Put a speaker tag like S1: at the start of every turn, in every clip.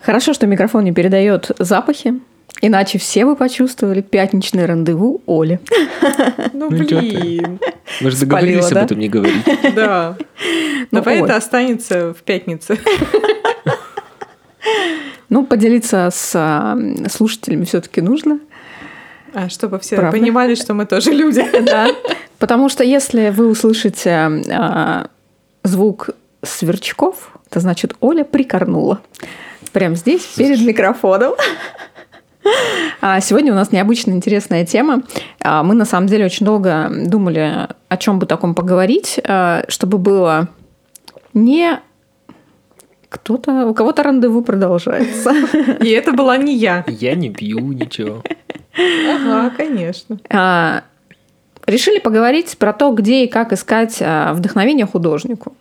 S1: Хорошо, что микрофон не передает запахи, иначе все бы почувствовали пятничное рандеву Оли.
S2: Ну,
S3: Ну, чё ты?
S2: блин.
S3: Мы же договорились
S1: Спалила, да?
S3: об этом не говорить.
S2: Да.
S1: Ну,
S2: Давай
S1: ой.
S2: это останется в пятницу.
S1: Ну, поделиться с а, м, слушателями все-таки нужно.
S2: А чтобы все
S1: Правда.
S2: понимали, что мы тоже люди.
S1: Да. Потому что если вы услышите а, звук сверчков, это значит, Оля прикорнула. Прямо здесь, перед микрофоном. А Сегодня у нас необычно интересная тема. А, Мы, на самом деле, очень долго думали, о чем бы таком поговорить, а, чтобы было не кто-то... У кого-то рандеву продолжается.
S2: И это была не я.
S3: Я не пью ничего.
S2: Ага, конечно.
S1: А, Решили поговорить про то, где и как искать а, вдохновение художнику.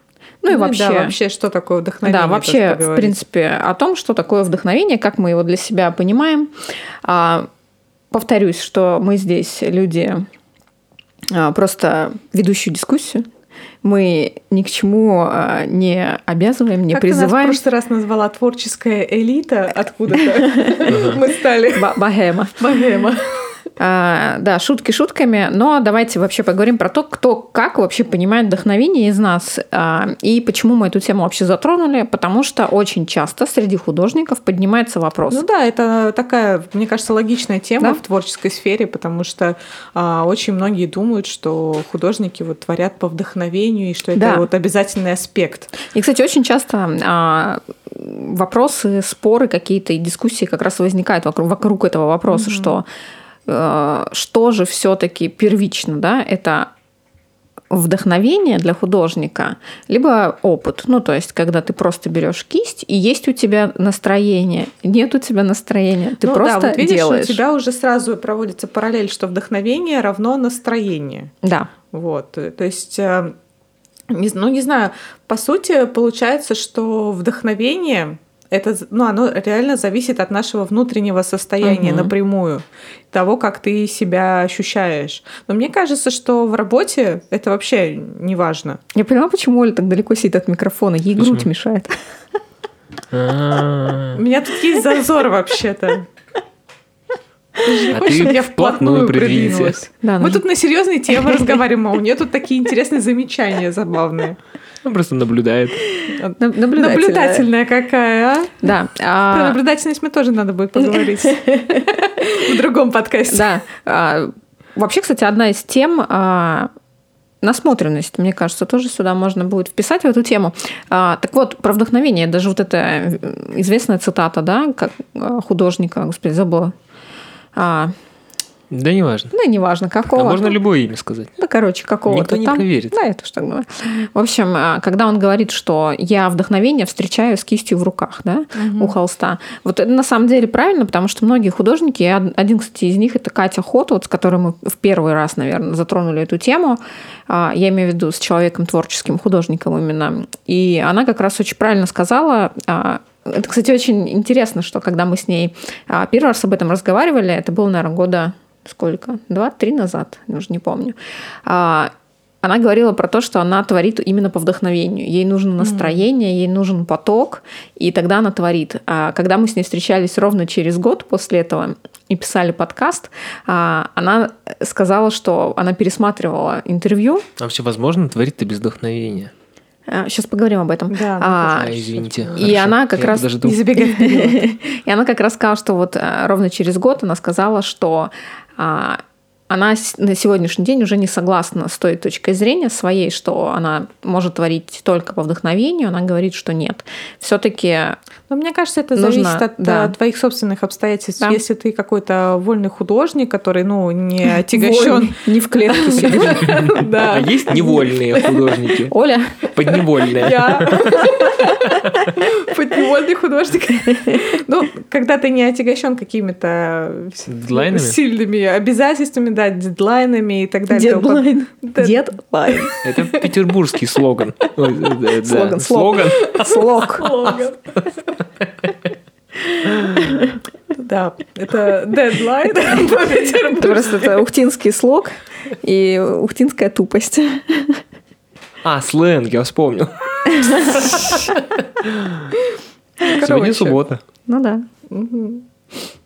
S1: Ну и
S2: да,
S1: вообще,
S2: вообще, что такое вдохновение?
S1: да,
S2: тоже
S1: вообще, в
S2: поговорить.
S1: принципе, о том, что такое вдохновение, как мы его для себя понимаем. А, Повторюсь, что мы здесь люди а, просто ведущую дискуссию. Мы ни к чему а, не обязываем, не
S2: как
S1: призываем.
S2: ты нас в прошлый раз назвала творческая элита откуда-то? Мы стали
S1: Ба- Богема.
S2: богема.
S1: А, да, шутки шутками, но давайте вообще поговорим про то, кто как вообще понимает вдохновение из нас а, и почему мы эту тему вообще затронули, потому что очень часто среди художников поднимается вопрос.
S2: Ну да, это такая, мне кажется, логичная тема
S1: Да?
S2: в творческой сфере, потому что а, очень многие думают, что художники вот творят по вдохновению и что это
S1: Да.
S2: вот обязательный аспект.
S1: И, кстати, очень часто а, вопросы, споры какие-то и дискуссии как раз возникают вокруг, вокруг этого вопроса, что э, что же все-таки первично, да, это вдохновение для художника, либо опыт. Ну, то есть, когда ты просто берешь кисть, и есть у тебя настроение, нет у тебя настроения, ты
S2: Ну
S1: просто
S2: да, вот видишь,
S1: делаешь.
S2: у тебя уже сразу проводится параллель, что вдохновение равно настроение.
S1: Да.
S2: Вот, э, то есть, э, не з- ну не знаю, по сути получается, что вдохновение это, з- ну, оно реально зависит от нашего внутреннего состояния
S1: Мгм.
S2: напрямую, того, как ты себя ощущаешь. Но мне кажется, что в работе это вообще не важно.
S1: Я понимаю, почему Оля так далеко сидит от микрофона, ей
S3: Почему?
S1: грудь мешает.
S3: А
S2: У меня тут есть зазор вообще-то. Ты же не
S3: А
S2: хочешь,
S3: ты
S2: чтобы я
S3: вплотную
S2: вплотную
S3: придвинься.
S2: придвинулась?
S1: Да, ну,
S2: Мы
S1: она-
S2: тут на серьезные темы разговариваем, а у нее тут такие интересные замечания забавные.
S3: Он просто наблюдает.
S1: Наб- наблюдатель, да.
S2: Наблюдательная какая, а?
S1: Да.
S2: Про
S1: а,
S2: наблюдательность мы тоже надо будет поговорить в другом подкасте.
S1: Да. А, Вообще, кстати, одна из тем а, насмотренность, мне кажется, тоже сюда можно будет вписать в эту тему. А, Так вот, про вдохновение, даже вот эта э, известная цитата, да, как а, художника, господи, забыла. А,
S3: Да не важно.
S1: ну, и неважно,
S3: А
S1: какого.
S3: можно любое имя сказать.
S1: Да, короче, какого-то
S3: Никто не
S1: там.
S3: проверит.
S1: Да, я тоже так думаю. В общем, а, когда он говорит, что я вдохновение встречаю с кистью в руках, да, у холста. Вот это на самом деле правильно, потому что многие художники, и од- один, кстати, из них это Катя Хот, вот с которой мы в первый раз, наверное, затронули эту тему. А, Я имею в виду с человеком творческим, художником именно. И она как раз очень правильно сказала, а, это, кстати, очень интересно, что когда мы с ней а, первый раз об этом разговаривали, это было, наверное, года сколько? Два-три назад, я уже не помню. А, она говорила про то, что она творит именно по вдохновению. Ей нужно настроение, ей нужен поток, и тогда она творит. А когда мы с ней встречались ровно через год после этого и писали подкаст, а, она сказала, что она пересматривала интервью.
S3: А вообще возможно творить-то без вдохновения.
S1: Сейчас поговорим об этом.
S2: Да,
S1: А,
S3: А, извините.
S2: И
S3: Хорошо.
S1: она как
S3: Я
S1: раз
S3: подожду.
S2: Не забегай вперед.
S1: И она как раз сказала, что вот э, ровно через год она сказала, что а, она с- на сегодняшний день уже не согласна с той точкой зрения своей, что она может творить только по вдохновению. Она говорит, что нет. Все-таки
S2: Но мне кажется, это
S1: Нужно,
S2: зависит от
S1: да.
S2: э, твоих собственных обстоятельств.
S1: Да.
S2: Если ты какой-то вольный художник, который, ну, не отягощен.
S1: не в клетке сидит.
S3: А
S2: Да.
S3: есть невольные художники?
S1: Оля,
S3: Подневольные.
S2: Я подневольный художник. Ну, когда ты не отягощен какими-то
S3: Дедлайнами?
S2: сильными обязательствами, да, дедлайнами и так далее. Да.
S1: Дедлайн.
S3: Это петербургский слоган. Ой, э, да,
S1: Слоган, слог.
S3: Слоган.
S1: Слог.
S2: Слоган. Да, это дедлайн
S1: Это просто это ухтинский слог и ухтинская тупость.
S3: А, сленг, я вспомнил. Сегодня
S2: Короче.
S3: суббота.
S1: Ну да.
S2: Мгм.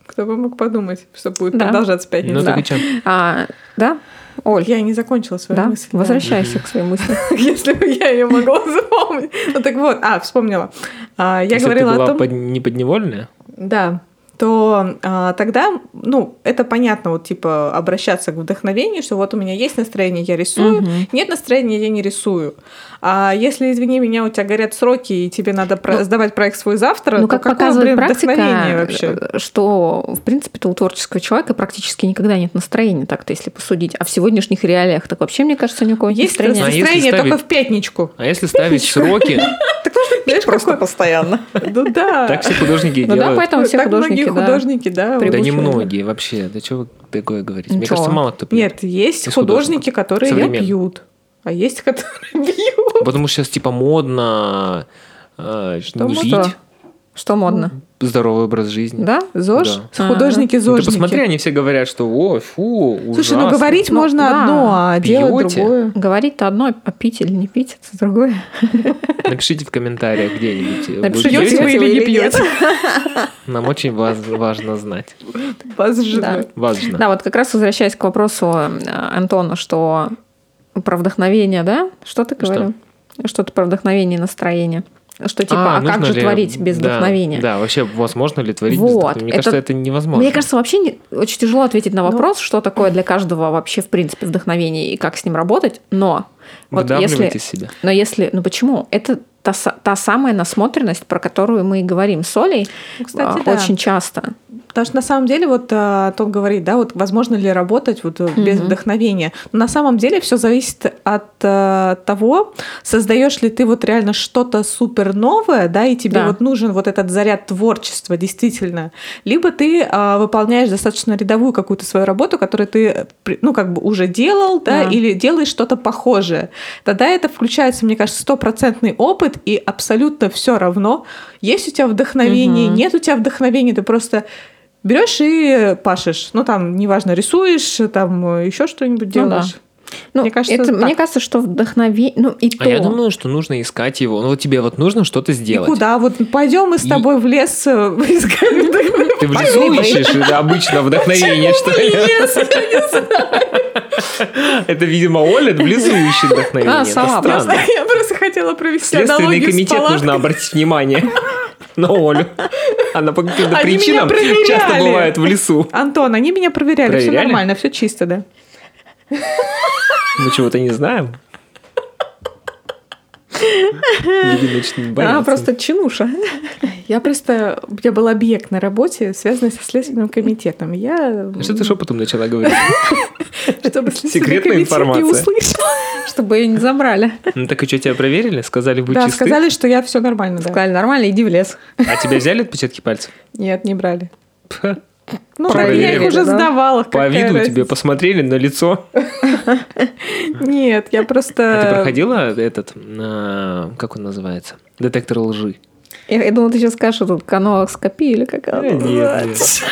S2: Кто бы мог подумать, что будет
S1: Да.
S2: продолжаться пятница.
S3: Ну
S1: Да.
S3: так и чё?
S1: А, да? Оль,
S2: Я не закончила свою
S1: да?
S2: мысль. да.
S1: Возвращайся к своей мысли.
S2: Если бы я ее могла запомнить. Ну так вот, а, вспомнила. А, Я
S3: Если бы ты
S2: говорила о
S3: была
S2: том...
S3: под- не подневольная,
S2: Да то а, тогда, ну, это понятно, вот типа обращаться к вдохновению, что вот у меня есть настроение, я рисую,
S1: Мгм.
S2: нет настроения, я не рисую. А если, извини меня, у тебя горят сроки, и тебе надо про-
S1: Ну,
S2: сдавать проект свой завтра,
S1: Ну,
S2: то
S1: как
S2: какое,
S1: показывает
S2: блин, вдохновение
S1: практика,
S2: вообще?
S1: э, что, в принципе-то, у творческого человека практически никогда нет настроения, так-то, если посудить. А в сегодняшних реалиях так вообще, мне кажется, никакого нет
S2: Есть
S1: настроения.
S3: А если
S2: настроение только
S3: ставить-
S2: в пятничку.
S3: а если ставить сроки,
S2: Так нужно пить просто постоянно. Ну да.
S3: так все художники и
S1: Ну да,
S3: делают.
S1: поэтому все
S2: Так
S1: художники,
S2: многие
S1: да.
S2: художники, да.
S3: Да
S1: привычно.
S3: немногие вообще. Да чего вы такое говорите? Мне
S1: Ничего.
S3: кажется, мало кто пьет.
S2: Нет, есть
S3: Из
S2: художники, которые не
S3: Современных.
S2: пьют, а есть, которые пьют.
S3: Потому что сейчас типа модно э,
S2: Что
S3: ну,
S2: модно?
S3: жить,
S1: Что модно?
S3: здоровый образ жизни.
S1: Да?
S2: ЗОЖ?
S3: Да.
S1: А,
S2: Художники
S3: Ну,
S2: ЗОЖники.
S3: Ты посмотри, они все говорят, что о, фу, ужасно.
S2: Слушай, ну говорить
S1: Ну,
S2: можно
S1: да.
S2: одно, а делать
S3: Пьёте?
S2: другое.
S1: Говорить-то одно, а пить или не пить, это другое.
S3: Напишите в комментариях где-нибудь. э, вы
S1: Напишите,
S3: пьёте?
S1: пьёте вы или не
S3: Нам очень важ- важно знать.
S2: Вас
S1: Да.
S2: жена.
S3: Важно.
S1: Да, вот как раз возвращаясь к вопросу э, Антона, что про вдохновение, да? Что ты
S3: Что?
S1: говорил? Что-то про вдохновение и настроение. Что типа, а, как
S3: нужно
S1: же
S3: ли-
S1: творить без
S3: да,
S1: вдохновения?
S3: Да, вообще, возможно ли творить без
S1: Вот,
S3: вдохновения? Мне
S1: это-
S3: кажется, это невозможно.
S1: Мне кажется, вообще не- очень тяжело ответить на
S2: Ну.
S1: вопрос, что такое для каждого вообще в принципе вдохновение и как с ним работать. Но вот
S3: Выдавливайте
S1: если,
S3: себя.
S1: но если, ну почему? Это та, са- та самая насмотренность, про которую мы и говорим с Олей
S2: Кстати,
S1: а,
S2: да.
S1: очень часто.
S2: Потому что на самом деле, вот а, Тот говорит, да, вот возможно ли работать вот э, без
S1: Мгм.
S2: вдохновения. Но на самом деле все зависит от э, того, создаешь ли ты вот реально что-то супер новое, да, и тебе
S1: Да.
S2: вот нужен вот этот заряд творчества, действительно. Либо ты а, выполняешь достаточно рядовую какую-то свою работу, которую ты, э, при- ну, как бы уже делал, да,
S1: Да.
S2: или делаешь что-то похожее. Тогда это включается, мне кажется, стопроцентный опыт, и абсолютно все равно, есть у тебя вдохновение,
S1: Мгм.
S2: нет у тебя вдохновения, ты просто берешь и пашешь. Ну, там, неважно, рисуешь, там еще что-нибудь
S1: Ну да.
S2: делаешь.
S1: Ну,
S2: Мне кажется,
S1: это-
S2: так.
S1: мне кажется, что вдохновение, ну и то.
S3: А я думаю, что нужно искать его. Ну, вот тебе вот нужно что-то сделать.
S2: И куда? Вот пойдем мы с
S3: И-
S2: тобой в лес э, искать вдохновение.
S3: Ты в лесу ищешь это обычно вдохновение, что ли?
S2: Лес, я не знаю,
S3: Это, видимо, Оля в лесу ищет вдохновение.
S1: А,
S3: Это
S1: сова
S3: странно.
S2: Я просто хотела провести
S3: Следственный
S2: аналогию с
S3: комитет нужно
S2: палаткой.
S3: обратить внимание на Олю. Она по каким-то
S2: Они меня
S3: причинам
S2: проверяли.
S3: часто бывает в лесу.
S2: Антон, они меня проверяли, все
S3: Проверяли?
S2: нормально, все чисто, да.
S3: Мы чего-то не знаем. Единичный боец.
S1: а, просто чинуша.
S2: Я просто, у меня был объект на работе, связанный со Следственным комитетом. Я...
S3: А Что ты шепотом начала говорить?
S2: Чтобы Следственный
S3: Секретная
S2: комитет
S3: информация.
S2: Не услышал.
S1: Чтобы ее не забрали.
S3: Ну так и что, тебя проверили? Сказали, будь
S2: Да,
S3: чисты?
S2: сказали, что я все нормально, да.
S1: Сказали, нормально, иди в лес.
S3: А тебя взяли отпечатки пальцев?
S2: Нет, не брали.
S3: Пф,
S2: Ну,
S3: Проверили,
S2: я их уже
S1: да?
S2: сдавала.
S3: По
S2: какая
S3: виду тебе
S2: разница.
S3: посмотрели на лицо.
S2: Нет, я
S3: А
S1: Э.
S3: ты
S2: просто...
S3: проходила этот, а, как он называется? Детектор лжи.
S1: Я, я думала, ты сейчас скажешь, что тут каналоскопия или как она
S3: Э, нет,
S1: называется.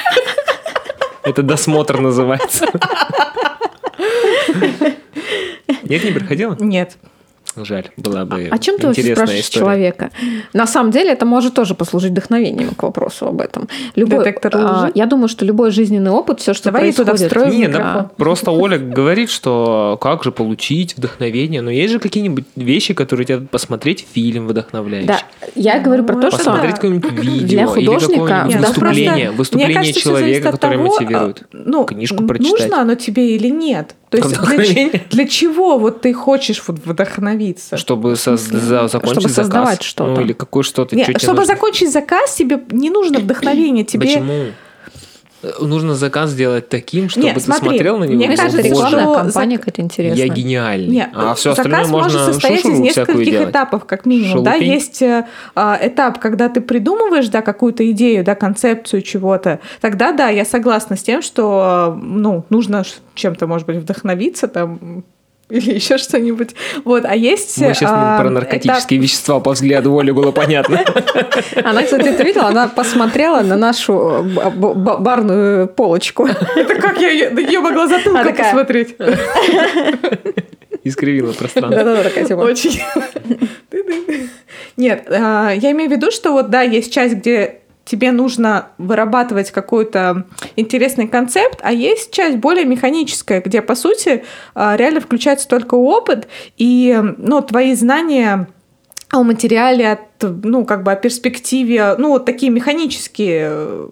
S3: Это досмотр называется. Нет, не проходила?
S2: Нет.
S3: Жаль, была бы
S1: О А чем ты вообще
S3: интересная
S1: спрашиваешь
S3: история.
S1: человека? На самом деле это может тоже послужить вдохновением к вопросу об этом. Любой,
S2: Детектор
S1: а,
S2: лжи?
S1: я думаю, что любой жизненный опыт, все, что
S2: Давай я туда
S1: происходит...
S2: встрою
S3: Не,
S2: микрофон.
S3: да, просто Оля говорит, что как же получить вдохновение, но есть же какие-нибудь вещи, которые тебя посмотреть фильм вдохновляющий.
S1: Да, я говорю про то,
S2: Может,
S1: что...
S3: Посмотреть
S2: Ну, да.
S3: какое-нибудь видео
S1: Для художника
S3: или какое-нибудь
S1: Нет,
S3: А, выступление,
S2: просто,
S3: выступление
S2: мне кажется, всё зависит
S3: человека,
S2: от
S3: которое
S2: того,
S3: мотивирует.
S2: а, Ну,
S3: Книжку
S2: н-
S3: прочитать.
S2: Нужно оно тебе или нет? То есть для, ч-
S3: Вдохновение.
S2: для чего вот ты хочешь вот вдохновиться?
S3: Чтобы соз- за- закончить
S1: Чтобы создавать
S3: заказ.
S1: что-то.
S3: Ну или какое что-то.
S2: Нет,
S3: чё тебе
S2: чтобы
S3: нужно?
S2: закончить заказ, тебе не нужно вдохновение. Тебе...
S3: Почему? Э, Нужно заказ делать таким, чтобы
S2: Нет,
S3: ты
S2: смотри,
S3: смотрел на него.
S2: мне
S3: и думал,
S2: кажется,
S1: Кажется,
S3: «Боже,
S1: рекламная
S2: что
S1: кампания
S2: зак-
S1: какая-то интересная.
S3: Я гениальный.
S2: Нет,
S3: а все остальное
S2: заказ может
S3: можно
S2: состоять из
S3: шушуру всякую
S2: нескольких
S3: делать.
S2: этапов, как минимум. Да,
S3: Шелупень.
S2: есть э, а, этап, когда ты придумываешь да, какую-то идею, да, концепцию чего-то. Тогда да, я согласна с тем, что э, ну, нужно ш- чем-то, может быть, вдохновиться там м, или еще что-нибудь. Вот, а есть...
S3: Мы сейчас
S2: а,
S3: про наркотические вещества по взгляду Оли было понятно.
S1: Она, кстати, ты видела, она посмотрела на нашу э, б- б- барную полочку.
S2: этап- Это как я её- да её могла затылка
S1: А, такая.
S2: посмотреть?
S3: Искривило пространство.
S1: типа. Да-да-да, такая тема.
S2: Очень. Ты-ты. Нет, э, я имею в виду, что вот, да, есть часть, где тебе нужно вырабатывать какой-то интересный концепт, а есть часть более механическая, где, по сути, э, реально включается только опыт, и, э, ну, твои знания о материале, от, ну, как бы о перспективе, ну, вот такие механические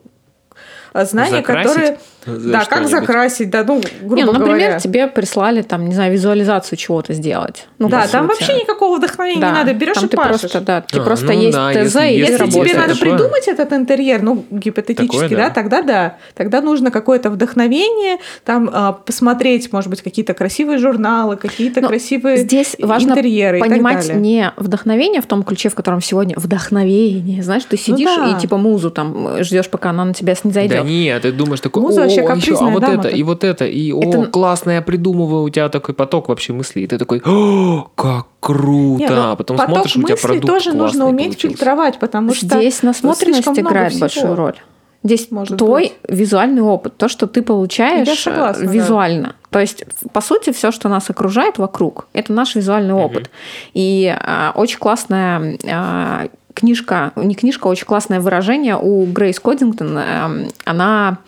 S2: э, знания,
S3: Закрасить?
S2: которые...
S3: За
S2: да, как
S3: что-нибудь.
S2: закрасить, да, ну, грубо
S1: Не, ну, например,
S2: говоря.
S1: тебе прислали, там, не знаю, визуализацию чего-то сделать. Ну,
S2: да,
S1: по
S2: там
S1: сути.
S2: вообще никакого вдохновения
S1: Да,
S2: не надо, берешь
S1: там
S2: и
S1: ты
S2: пашешь.
S1: просто, да, ты
S3: А,
S1: просто
S3: ну
S1: есть
S3: да,
S1: ТЗ,
S3: если-
S1: и ты
S3: если
S2: Если
S1: работаешь.
S2: тебе надо
S3: Такое.
S2: придумать этот интерьер, ну, гипотетически,
S3: Такое,
S2: да.
S3: да.
S2: тогда да. Тогда нужно какое-то вдохновение, там а, посмотреть, может быть, какие-то красивые журналы, какие-то
S1: Но
S2: красивые
S1: Здесь важно
S2: интерьеры и
S1: понимать
S2: так далее.
S1: не вдохновение в том ключе, в котором сегодня вдохновение. Знаешь, ты сидишь
S2: Ну да.
S1: и типа музу там ждешь, пока она на тебя
S3: Да
S1: снизойдет.
S3: нет, ты думаешь такой,
S2: Муза вообще
S3: о, еще,
S2: капризная
S3: а вот
S2: дама,
S3: это,
S2: так.
S3: и вот это, и о,
S1: Это-
S3: классно, я придумываю, у тебя такой поток вообще мыслей, и ты такой, о, как круто,
S2: Не, ну,
S3: а потом
S2: поток
S3: смотришь, у тебя
S2: мыслей
S3: продукт
S2: тоже нужно
S3: классный
S2: уметь
S3: получился.
S2: фильтровать, потому что
S1: Здесь насмотренность
S2: слишком много
S1: играет
S2: всего.
S1: большую роль. Здесь
S2: Может
S1: твой визуальный опыт, то, что ты получаешь
S2: Я согласна,
S1: э,
S2: да.
S1: визуально. То есть, по сути, все, что нас окружает вокруг, это наш визуальный опыт. И а, очень классная а, книжка, не книжка, а очень классное выражение у Грейс Кодингтон. эм, Она,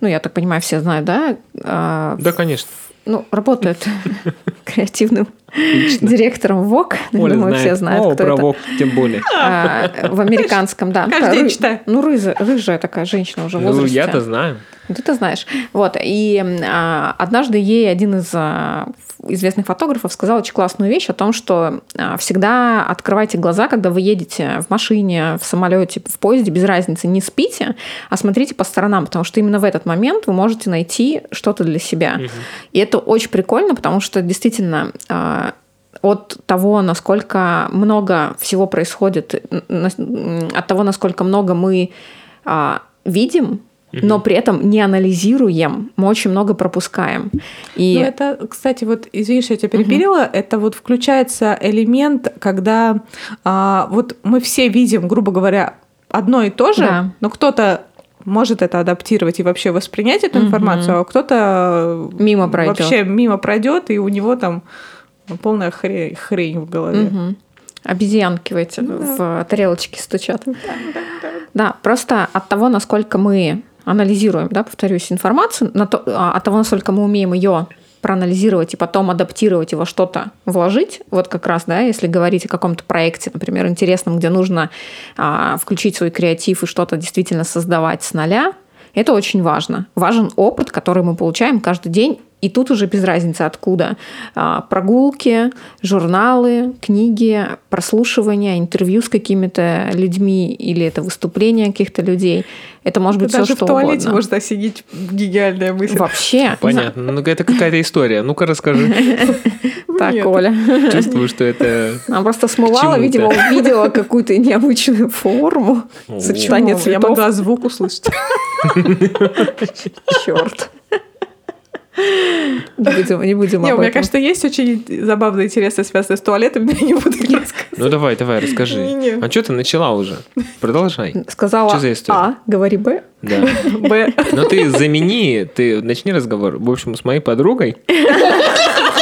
S1: ну, я так понимаю, все знают, да? А,
S3: Да, конечно.
S1: Ну, работает креативным директором ВОК.
S3: Оля
S1: Думаю, все знают,
S3: О,
S1: кто
S3: про
S1: это.
S3: Вок, тем более.
S1: А, в американском, да.
S2: Каждый
S1: Та
S2: день
S1: ры-
S2: читаю.
S1: Ну, рыжая, рыжая такая женщина уже в
S3: Ну,
S1: возрасте.
S3: я-то знаю.
S1: Ну, Ты-то знаешь. Вот. И м, а, однажды ей один из а, ф- известных фотографов сказал очень классную вещь о том, что а, всегда открывайте глаза, когда вы едете в машине, в самолете, в поезде, без разницы, не спите, а смотрите по сторонам, потому что именно в этот момент вы можете найти что-то для себя. И это очень прикольно, потому что действительно а, от того, насколько много всего происходит, н- нас- м, от того, насколько много мы а, видим, но при этом не анализируем, мы очень много пропускаем. И
S2: Ну, это, кстати, вот, извини, что я тебя перебила, это вот включается элемент, когда а, вот мы все видим, грубо говоря, одно и то же,
S1: Да.
S2: но кто-то может это адаптировать и вообще воспринять эту
S1: Мгм.
S2: информацию, а кто-то
S1: Мимо пройдёт.
S2: вообще мимо пройдет, и у него там полная хрень, хрень в голове.
S1: Мгм. Обезьянки в эти в тарелочке стучат. Ну Да, просто от того, насколько мы анализируем, да, повторюсь, информацию, на то- а, от того, насколько мы умеем ее проанализировать и потом адаптировать и во что-то вложить, вот как раз, да, если говорить о каком-то проекте, например, интересном, где нужно а, включить свой креатив и что-то действительно создавать с нуля, это очень важно. Важен опыт, который мы получаем каждый день. И тут уже без разницы откуда. А, Прогулки, журналы, книги, прослушивания, интервью с какими-то людьми или это выступления каких-то людей. Это может быть все,
S2: Ну, Даже
S1: что
S2: в туалете
S1: угодно.
S2: может осенить гениальная мысль.
S1: Вообще.
S3: Понятно. Ну, это какая-то история. Ну-ка расскажи.
S1: Так,
S2: Нет.
S1: Оля.
S3: Чувствую, что это...
S1: Она просто смывала,
S3: чему-то.
S1: видимо, увидела какую-то необычную форму.
S3: О.
S1: Сочетание
S2: Почему? Я
S1: цветов.
S2: могла звук услышать.
S1: Черт. Не будем, не будем
S2: Не,
S1: об
S2: у меня,
S1: этом.
S2: кажется, есть очень забавные, интересы, связанные с туалетом, но я не буду их рассказывать.
S3: Ну, давай, давай, расскажи.
S2: Не-не.
S3: А что ты начала уже? Продолжай.
S1: Сказала
S3: Чё за история?
S1: А, говори Б.
S3: Да.
S2: Б.
S3: Но ты замени, ты начни разговор. В общем, с моей подругой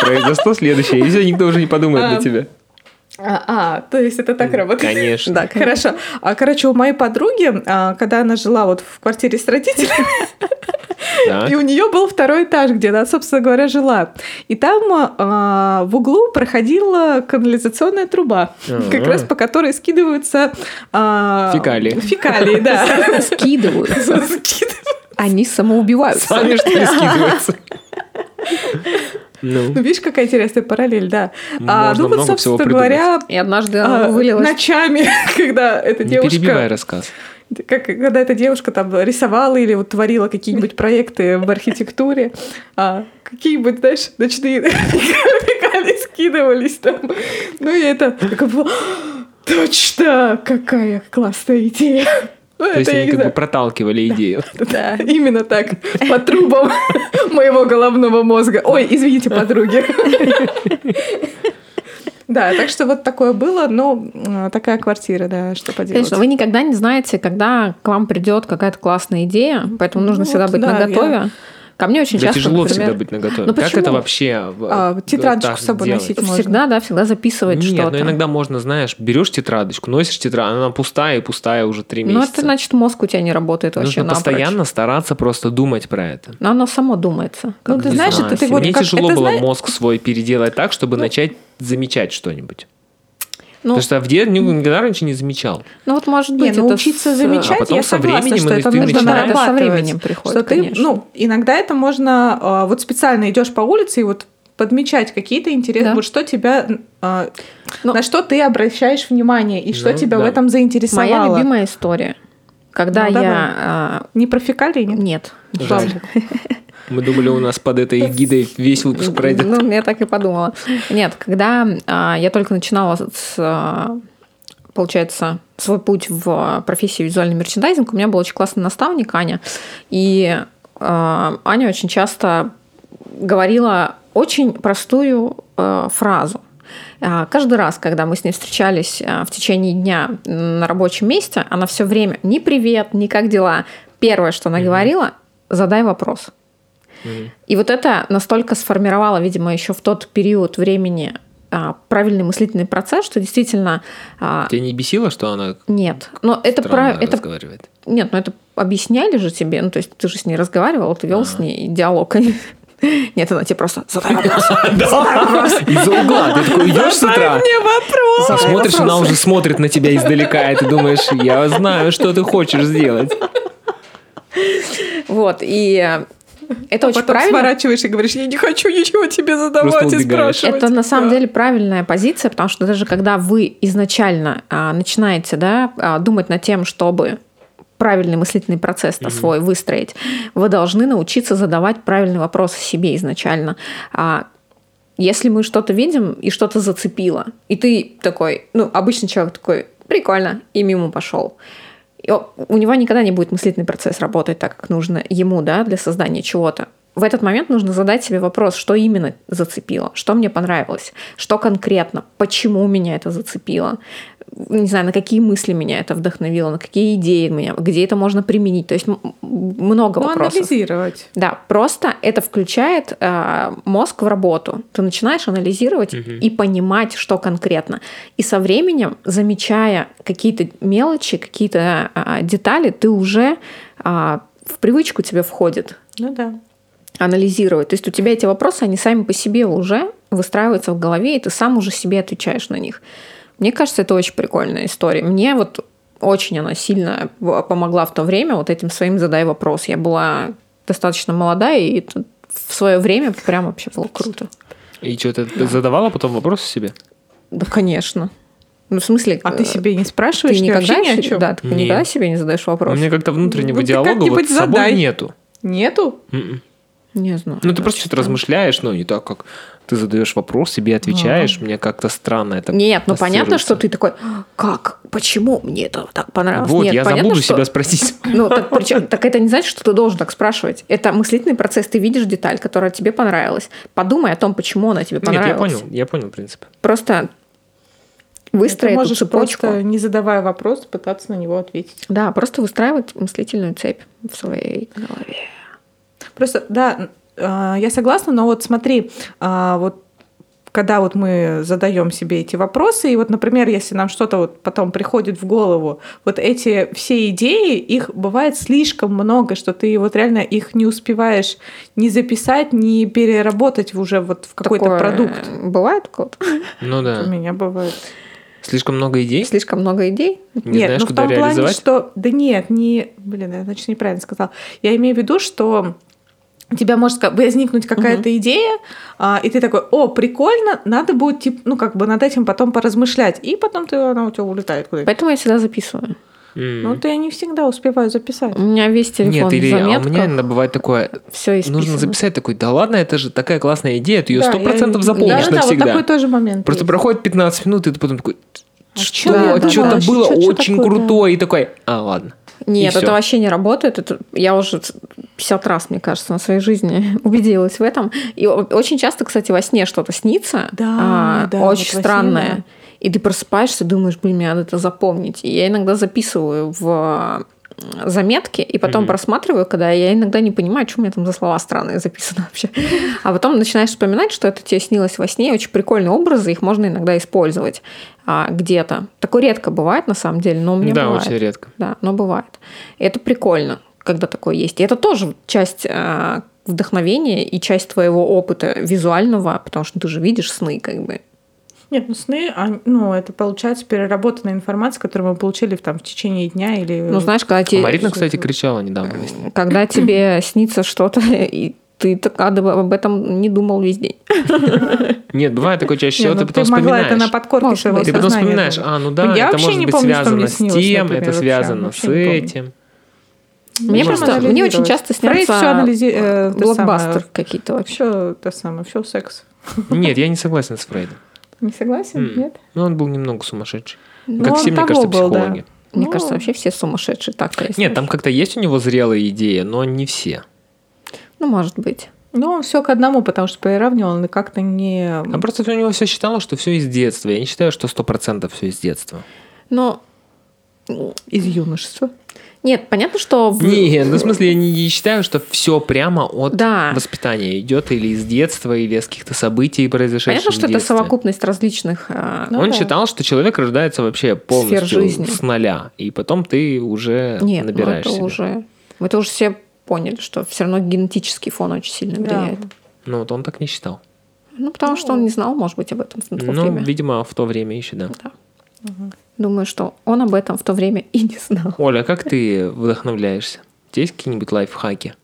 S3: произошло следующее. И все, никто уже не подумает
S2: А,
S3: на тебя.
S2: А, а, то есть это так работает.
S3: Конечно.
S2: Да, хорошо. А, короче, у моей подруги, а, когда она жила вот в квартире с родителями,
S3: Да.
S2: и у нее был второй этаж, где она, собственно говоря, жила. И там а, в углу проходила канализационная труба,
S3: Ага.
S2: как раз по которой скидываются... а,
S3: Фекалии.
S2: Фекалии, да.
S1: Скидываются.
S2: Скидываются.
S1: Они самоубиваются.
S3: Сами что ли скидываются? Ну,
S2: Ну, видишь, какая интересная параллель, да. А,
S3: Можно
S2: ну вот,
S3: много всего
S2: собственно говоря,
S1: И однажды
S2: а,
S1: она вылилась.
S2: ночами, когда эта
S3: не перебивай
S2: девушка,
S3: рассказ.
S2: как, когда эта девушка там рисовала или вот творила какие-нибудь проекты в архитектуре, а, какие-нибудь, знаешь, ночные фекалии скидывались там. Ну и это как бы, «А, точно, какая классная идея. Ну,
S3: То есть
S2: это я
S3: они
S2: не
S3: как бы
S2: знаю.
S3: проталкивали идею.
S2: Да, именно так. По трубам моего головного мозга. Ой, извините, подруги. Да, так что вот такое было, но э, такая квартира, да, что поделать.
S1: Конечно, вы никогда не знаете, когда к вам придет какая-то классная идея, поэтому нужно
S2: Ну
S1: всегда
S2: вот,
S1: быть
S2: да,
S1: наготове. Ко мне очень
S3: Да
S1: часто,
S3: тяжело
S1: например,
S3: всегда быть наготове.
S1: Ну,
S3: как
S1: почему?
S3: это вообще? в-
S2: А, тетрадочку
S3: так
S2: с собой
S3: делать?
S2: носить. можно.
S1: Всегда, да, всегда записывать
S3: Нет,
S1: что-то.
S3: но иногда можно, знаешь, берешь тетрадочку, носишь тетрадку, она пустая и пустая уже три
S1: Ну,
S3: месяца.
S1: это значит, мозг у тебя не работает вообще
S3: Нужно
S1: напрочь.
S3: постоянно стараться просто думать про это.
S1: Но оно само думается.
S2: Ну,
S1: как
S2: ты
S1: бы.
S3: Не
S2: знаешь,
S3: знаю,
S2: это ты вот
S3: Мне
S2: как-
S3: тяжело
S2: это Ну.
S3: было
S2: зна-
S3: мозг свой переделать так, чтобы начать замечать что-нибудь.
S1: Ну,
S3: Потому что в детстве никогда раньше не замечал.
S1: ну вот может
S2: Не,
S1: быть это
S2: научиться
S1: с-
S2: замечать,
S3: а потом
S2: я
S3: со
S2: согласна,
S3: временем
S2: что это
S3: ты
S2: нужно
S3: начинаешь.
S1: Это со
S2: нарабатывать.
S1: временем приходит,
S2: что ты,
S1: конечно.
S2: ну, иногда это можно, а, вот специально идешь по улице и вот подмечать какие-то интересные,
S1: Да.
S2: вот что тебя, а,
S1: Ну,
S2: на что ты обращаешь внимание и что
S3: Ну,
S2: тебя в
S3: да.
S2: этом заинтересовало.
S1: Моя любимая история. Когда
S2: Ну, давай.
S1: я... а,
S2: Не про фекалии, нет?
S1: нет.
S3: Жаль. Мы думали, у нас под этой эгидой весь выпуск пройдет.
S1: Ну, я так и подумала. Нет, когда а, я только начинала с, а, получается, свой путь в профессии визуальный мерчендайзинг, у меня был очень классный наставник Аня. И а, Аня очень часто говорила очень простую э, фразу. А, Каждый раз, когда мы с ней встречались а, в течение дня на рабочем месте, она все время ни привет, ни как дела. Первое, что она говорила, задай вопрос.
S3: Мгм.
S1: И вот это настолько сформировало, видимо, еще в тот период времени а, правильный мыслительный процесс, что действительно а,
S3: Тебя не бесило, что она
S1: нет. Но это,
S3: странно
S1: прав- это
S3: разговаривает?
S1: нет, ну это объясняли же тебе, ну то есть ты же с ней разговаривал, ты вел с ней диалог. Нет, она тебе просто задай вопрос.
S3: Из-за угла. Ты такой идешь с утра, А
S1: Задай
S3: смотришь,
S1: вопрос.
S3: она уже смотрит на тебя издалека, и ты думаешь, я знаю, что ты хочешь сделать.
S1: Вот, и э, это очень
S2: А Потом
S1: правильно.
S2: сворачиваешь и говоришь, я не хочу ничего тебе задавать
S3: Просто
S2: и
S3: убегаешь.
S2: спрашивать.
S1: Это на самом
S2: Да.
S1: деле правильная позиция, потому что даже когда вы изначально а, начинаете да, а, думать над тем, чтобы правильный мыслительный процесс на свой выстроить, вы должны научиться задавать правильный вопрос себе изначально. А, если мы что-то видим и что-то зацепило, и ты такой, ну, обычный человек такой, прикольно, и мимо пошел. И о- у него никогда не будет мыслительный процесс работать так, как нужно ему, да, для создания чего-то. В этот момент нужно задать себе вопрос, что именно зацепило, что мне понравилось, что конкретно, почему меня это зацепило, не знаю, на какие мысли меня это вдохновило, на какие идеи меня, где это можно применить. То есть м- м- много
S2: Ну,
S1: вопросов.
S2: анализировать.
S1: Да, просто это включает э, мозг в работу. Ты начинаешь анализировать и понимать, что конкретно. И со временем, замечая какие-то мелочи, какие-то а, детали, ты уже а, в привычку тебе входит
S2: Ну да.
S1: анализировать. То есть у тебя эти вопросы, они сами по себе уже выстраиваются в голове, и ты сам уже себе отвечаешь на них. Мне кажется, это очень прикольная история. Мне вот очень она сильно в- помогла в то время вот этим своим «задай вопрос». Я была достаточно молодая, и это в свое время прям вообще было круто.
S3: И что, ты задавала потом вопросы себе?
S1: Да, конечно. Ну, в смысле...
S2: А ты
S1: э,
S2: себе не
S1: ты
S2: спрашиваешь, ты
S1: никогда,
S2: вообще ни о
S1: себе-
S2: чем?
S1: да, ты
S3: Не.
S1: никогда себе не задаешь
S3: У
S1: вопрос?
S3: меня как-то внутреннего
S2: Ну, ты
S3: диалога вот
S2: как-нибудь
S3: с собой
S2: задай.
S3: нету. М-м.
S2: Нету?
S3: Мгм.
S1: Не знаю.
S3: Ну, ты просто что-то размышляешь, но не так, как ты задаешь вопрос, себе
S2: Ну,
S3: отвечаешь. Мне как-то странно это
S1: Нет, ну понятно,
S3: ассоциируется.
S1: что ты такой, «А, как, почему мне это так понравилось?
S3: Вот,
S1: Нет,
S3: я
S1: понятно,
S3: забуду
S1: что-
S3: себя спросить.
S1: Ну, так, причем, так это не значит, что ты должен так спрашивать. Это мыслительный процесс. Ты видишь деталь, которая тебе понравилась. Подумай о том, почему она тебе
S3: Нет, я
S1: понравилась.
S3: понял, я понял принцип.
S1: Просто выстроить эту
S2: Ты можешь
S1: цепочку.
S2: просто, не задавая вопрос, пытаться на него ответить.
S1: Да, просто выстраивать мыслительную цепь в своей голове.
S2: Просто, да, э, я согласна, но вот смотри, э, вот когда вот мы задаем себе эти вопросы, и вот, например, если нам что-то вот потом приходит в голову, вот эти все идеи, их бывает слишком много, что ты вот реально их не успеваешь ни записать, ни переработать уже вот в какой-то
S1: Такое
S2: продукт.
S1: Бывает у кого-то?
S3: Ну
S2: У
S3: да.
S2: меня бывает.
S3: Слишком много идей?
S1: Слишком много идей?
S3: Не знаешь,
S2: ну в
S3: куда
S2: том плане,
S3: реализовать?
S2: что... Да нет, не... Блин, я, значит, неправильно сказала. Я имею в виду, что у тебя может ка- возникнуть какая-то идея, а, и ты такой, о, прикольно, надо будет, типа, ну, как бы над этим потом поразмышлять. И потом ты, она у тебя улетает куда-нибудь.
S1: Поэтому я всегда записываю.
S3: М.
S2: Ну, ты я не всегда успеваю записать.
S1: У меня весь телефон
S3: Нет, или
S1: в
S3: а у меня
S1: заметках.
S3: иногда бывает такое,
S1: Все
S3: нужно
S1: исписано.
S3: записать такой, да ладно, это же такая классная идея, ты ее
S2: Да,
S3: сто
S2: я-
S3: процентов запомнишь
S2: Да-да-да,
S3: навсегда.
S2: вот такой тоже момент
S3: Просто
S2: есть.
S3: проходит 15 минут, и ты потом такой,
S2: А
S3: что?
S2: чё я
S1: думала?
S3: Что-то
S2: Чё-
S3: было
S2: чё такое,
S3: очень
S2: да.
S3: крутое, и такой, а, ладно.
S1: Нет,
S3: И
S1: это
S3: всё.
S1: вообще не работает. Это я уже 50 раз, мне кажется, на своей жизни убедилась в этом. И о- очень часто, кстати, во сне что-то снится. а,
S2: Да, да, вот во
S1: очень
S2: сне,
S1: странное.
S2: да.
S1: И ты просыпаешься, думаешь, блин, мне надо это запомнить. И я иногда записываю в э, заметки и потом
S3: Мгм.
S1: просматриваю, когда я иногда не понимаю, что у меня там за слова странные записаны вообще. А потом начинаешь вспоминать, что это тебе снилось во сне. Очень прикольные образы, их можно иногда использовать а, где-то. Такое редко бывает, на самом деле, но у меня
S3: да,
S1: бывает.
S3: очень редко.
S1: Да, но бывает. И Это прикольно, когда такое есть. И это тоже часть а, вдохновения и часть твоего опыта визуального, потому что ты же видишь сны, как бы.
S2: Нет, ну сны, они- ну, это получается переработанная информация, которую мы получили в, там, в течение дня или...
S1: Ну, знаешь, когда
S3: А
S1: тебе,
S3: Марина, кстати, кричала недавно.
S1: когда тебе снится что-то, и ты так об об этом не думал весь день.
S3: Нет, бывает такое чаще
S2: Не,
S3: всего,
S2: ну,
S3: ты потом
S2: могла
S3: вспоминаешь.
S2: это на подкорке
S1: Может
S2: своего
S1: быть.
S3: Ты потом
S2: сознания
S3: вспоминаешь,
S2: думать.
S3: а, ну да,
S2: Я
S3: это
S2: вообще
S3: может
S2: не
S3: быть
S2: помню, что
S3: связано
S2: мне
S3: с
S2: снилось,
S3: тем,
S2: например,
S3: это
S2: вообще.
S3: связано
S2: Вообще
S3: с
S2: не помню.
S3: этим.
S1: Мне
S3: Можно
S1: просто, мне очень
S2: анализировать.
S1: часто
S2: Фрейд
S1: снятся
S2: всё анализи- э, это
S1: блокбастер
S2: самое.
S1: какие-то вообще.
S2: Вообще то самое, все секс.
S3: Нет, я не согласен с Фрейдом.
S2: Не согласен?
S3: М.
S2: Нет?
S3: Ну, он был немного сумасшедший.
S1: Ну,
S3: Как
S2: он
S3: все, мне
S2: того
S3: кажется,
S2: был, да.
S3: психологи.
S1: Мне
S2: Ну,
S1: кажется, вообще все сумасшедшие так. то есть,
S3: Нет, там как-то есть у него зрелая идея, но не все.
S1: Ну, может быть.
S2: Ну, он все к одному, потому что приравнивал, и как-то не...
S3: А просто у него все считалось, что все из детства. Я не считаю, что сто процентов все из детства.
S1: Но
S2: Из юношества.
S1: нет, понятно, что... в-
S3: Не, ну в смысле, я не считаю, что все прямо от
S1: Да.
S3: воспитания идет, или из детства, или из каких-то событий, произошедших.
S1: Понятно,
S3: в
S1: что это
S3: детстве.
S1: совокупность различных... а,
S2: Ну
S3: Он
S2: да.
S3: считал, что человек рождается вообще полностью
S1: жизни.
S3: с нуля, и потом ты уже
S1: Нет, ну
S3: набираешь
S1: это
S3: себе.
S1: уже... Мы это уже все поняли, что все равно генетический фон очень сильно
S2: Да.
S1: влияет.
S3: Ну вот он так не считал.
S1: Ну, потому что он не знал, может быть, об этом в то
S3: Ну,
S1: время.
S3: видимо, в то время еще, да.
S1: Да. Думаю, что он об этом в то время и не знал.
S3: Оля, как ты вдохновляешься? У тебя есть какие-нибудь лайфхаки?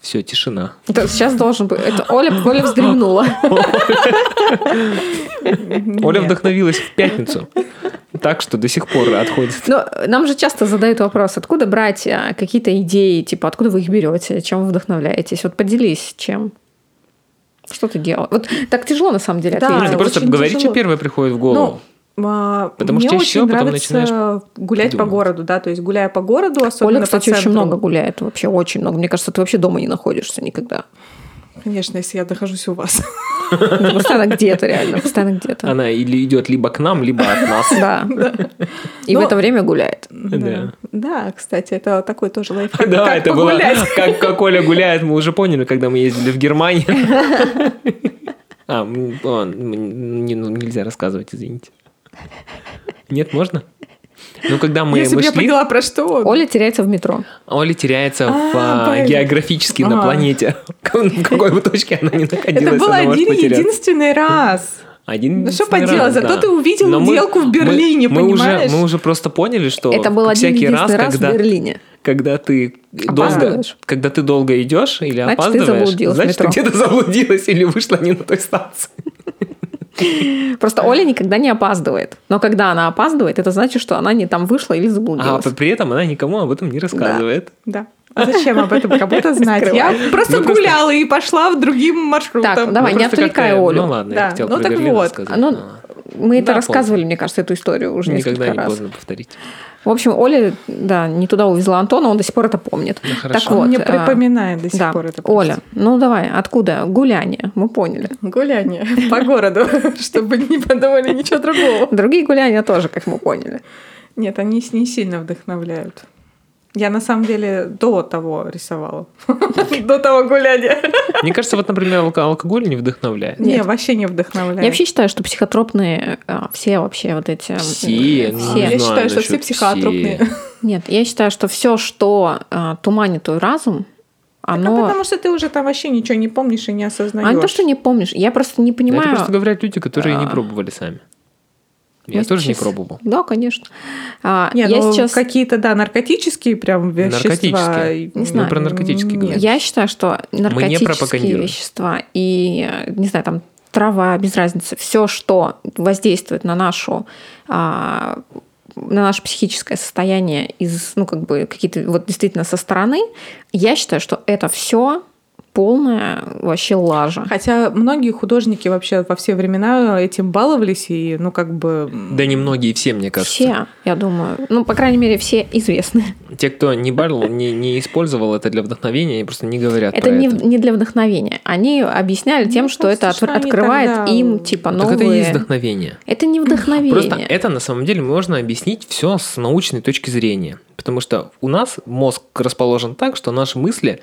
S3: Все, тишина.
S1: Это сейчас должен быть... Это Оля, Оля вздремнула.
S3: Оля вдохновилась в пятницу. Так что до сих пор отходит.
S1: Но нам же часто задают вопрос, откуда брать а, какие-то идеи, типа, откуда вы их берете, чем вы вдохновляетесь? Вот поделись, чем. Что ты делала? Вот так тяжело на самом деле
S2: Да,
S1: ответить.
S3: Ты просто
S2: очень
S3: говори, что
S2: тяжело.
S3: первое приходит в
S1: Ну,
S3: голову. Потому
S2: Потому
S3: что
S2: Ну, а, мне
S3: еще
S2: очень
S3: потом
S2: нравится гулять по
S3: придумывать.
S2: городу, да, то есть гуляя по городу, особенно
S1: Оля, кстати,
S2: по центру.
S1: очень много гуляет, вообще очень много. Мне кажется, ты вообще дома не находишься никогда.
S2: Конечно, если я нахожусь у вас.
S1: Ну, Постоянно где-то, реально, постоянно где-то.
S3: Она или идет либо к нам, либо от нас.
S1: Да. И в
S2: Но-
S1: это время гуляет.
S3: Да.
S2: Да, кстати, это такой тоже лайфхак.
S3: Да,
S2: как
S3: это было.
S2: погулять.
S3: Как, как Оля гуляет, мы уже поняли, когда мы ездили в Германию. А, м, а, м, не- ну, нельзя рассказывать, извините. Нет, можно? Ну, когда мы,
S2: Если
S3: мы
S2: бы я
S3: шли,
S2: поняла, про что он.
S1: Оля теряется в метро.
S3: Оля теряется в
S2: А,
S3: а,
S2: блин.
S3: географически на
S2: Ага.
S3: планете. В какой бы точке она не находилась,
S2: Это был
S3: она может
S2: один
S3: потеряться.
S2: единственный раз.
S3: Один
S2: Ну, что
S3: единственный
S2: поделать,
S3: раз,
S2: зато
S3: да.
S2: ты увидел
S3: Но мы-
S2: уделку в
S3: мы-
S2: Берлине,
S3: мы уже-
S2: понимаешь?
S3: мы уже просто поняли, что
S1: Это был один
S3: всякий раз,
S1: единственный раз в
S3: когда
S1: Берлине.
S3: когда ты долго,
S1: Опаздываешь.
S3: когда ты долго идешь или
S1: Значит, ты
S3: опаздываешь,
S1: заблудилась в
S3: значит, ты
S1: метро.
S3: где-то заблудилась или вышла не на той станции.
S1: Просто Оля никогда не опаздывает. Но когда она опаздывает, это значит, что она не там вышла или
S3: А
S1: заблудилась.
S3: при этом она никому об этом не рассказывает.
S2: Да. А зачем об этом кому-то знать? Я просто
S3: Ну, просто-
S2: гуляла и пошла в другим маршрутом.
S1: Так, ну, давай,
S3: Ну,
S1: не
S3: просто
S1: отвлекай
S3: как-то-
S1: Олю.
S3: Ну ладно, я
S2: Да.
S3: хотел
S2: Ну,
S3: про
S2: так
S3: Берлин
S2: вот.
S1: А,
S3: рассказать.
S1: Ну,
S3: но
S1: мы это
S3: Да,
S1: рассказывали, мне кажется, эту историю уже
S3: Никогда
S1: несколько
S3: не
S1: раз.
S3: поздно повторить.
S1: В общем, Оля, да, не туда увезла Антона, он до сих пор это помнит.
S3: Ну, хорошо.
S1: Так вот,
S2: Мне
S1: а,
S2: припоминает до сих
S1: да.
S2: пор это.
S1: Оля, ну давай, откуда? Гуляние, мы поняли.
S2: Гуляние по городу, чтобы не подумали ничего другого.
S1: Другие гуляния тоже, как мы поняли.
S2: Нет, они с- не сильно вдохновляют. Я на самом деле до того рисовала. До того гуляния.
S3: Мне кажется, вот, например, алко- алкоголь не вдохновляет.
S2: Не, вообще не вдохновляет.
S1: Я вообще считаю, что психотропные а, все вообще вот эти... э,
S3: Все, ну,
S1: все.
S3: не
S2: Я
S3: знаю
S2: считаю, что
S3: насчет
S2: все психотропные.
S3: все.
S1: Нет, я считаю, что все, что а, туманит твой разум,
S2: Ну,
S1: оно...
S2: потому что ты уже там вообще ничего не помнишь и не осознаешь.
S1: а не то, что не помнишь, я просто не
S3: Да, Это
S1: понимаю...
S3: просто говорят люди, которые не
S1: А.
S3: пробовали сами. Я
S1: Мы
S3: тоже не
S1: сейчас-
S3: пробовал.
S1: Да, конечно. А,
S2: Не,
S1: я
S2: ну,
S1: сейчас...
S2: какие-то, да, наркотические прям вещества.
S3: Наркотические.
S1: Не знаю.
S3: Мы про наркотические
S2: Нет.
S3: говорим.
S1: Я считаю, что наркотические
S3: пропагандируем.
S1: вещества и, э, не знаю, там трава, без разницы, все, что воздействует на нашу а, на наше психическое состояние из, ну, как бы, какие-то вот действительно со стороны, я считаю, что это все полная вообще лажа.
S2: Хотя многие художники вообще во все времена этим баловались, и ну как бы...
S3: Да не многие, все, мне кажется.
S1: Все, я думаю. Ну, по крайней мере, все известны.
S3: Те, кто не барил, не, не использовал это для вдохновения, они просто не говорят
S1: Это
S3: про
S1: не,
S3: это.
S1: не для вдохновения. Они объясняли тем,
S2: Ну,
S1: что это
S2: просто, что
S1: отв-
S2: они
S1: открывает
S2: тогда-
S1: им типа
S3: Так
S1: новые...
S3: это и есть вдохновение.
S1: Это не вдохновение.
S3: Просто это на самом деле можно объяснить все с научной точки зрения. Потому что у нас мозг расположен так, что наши мысли,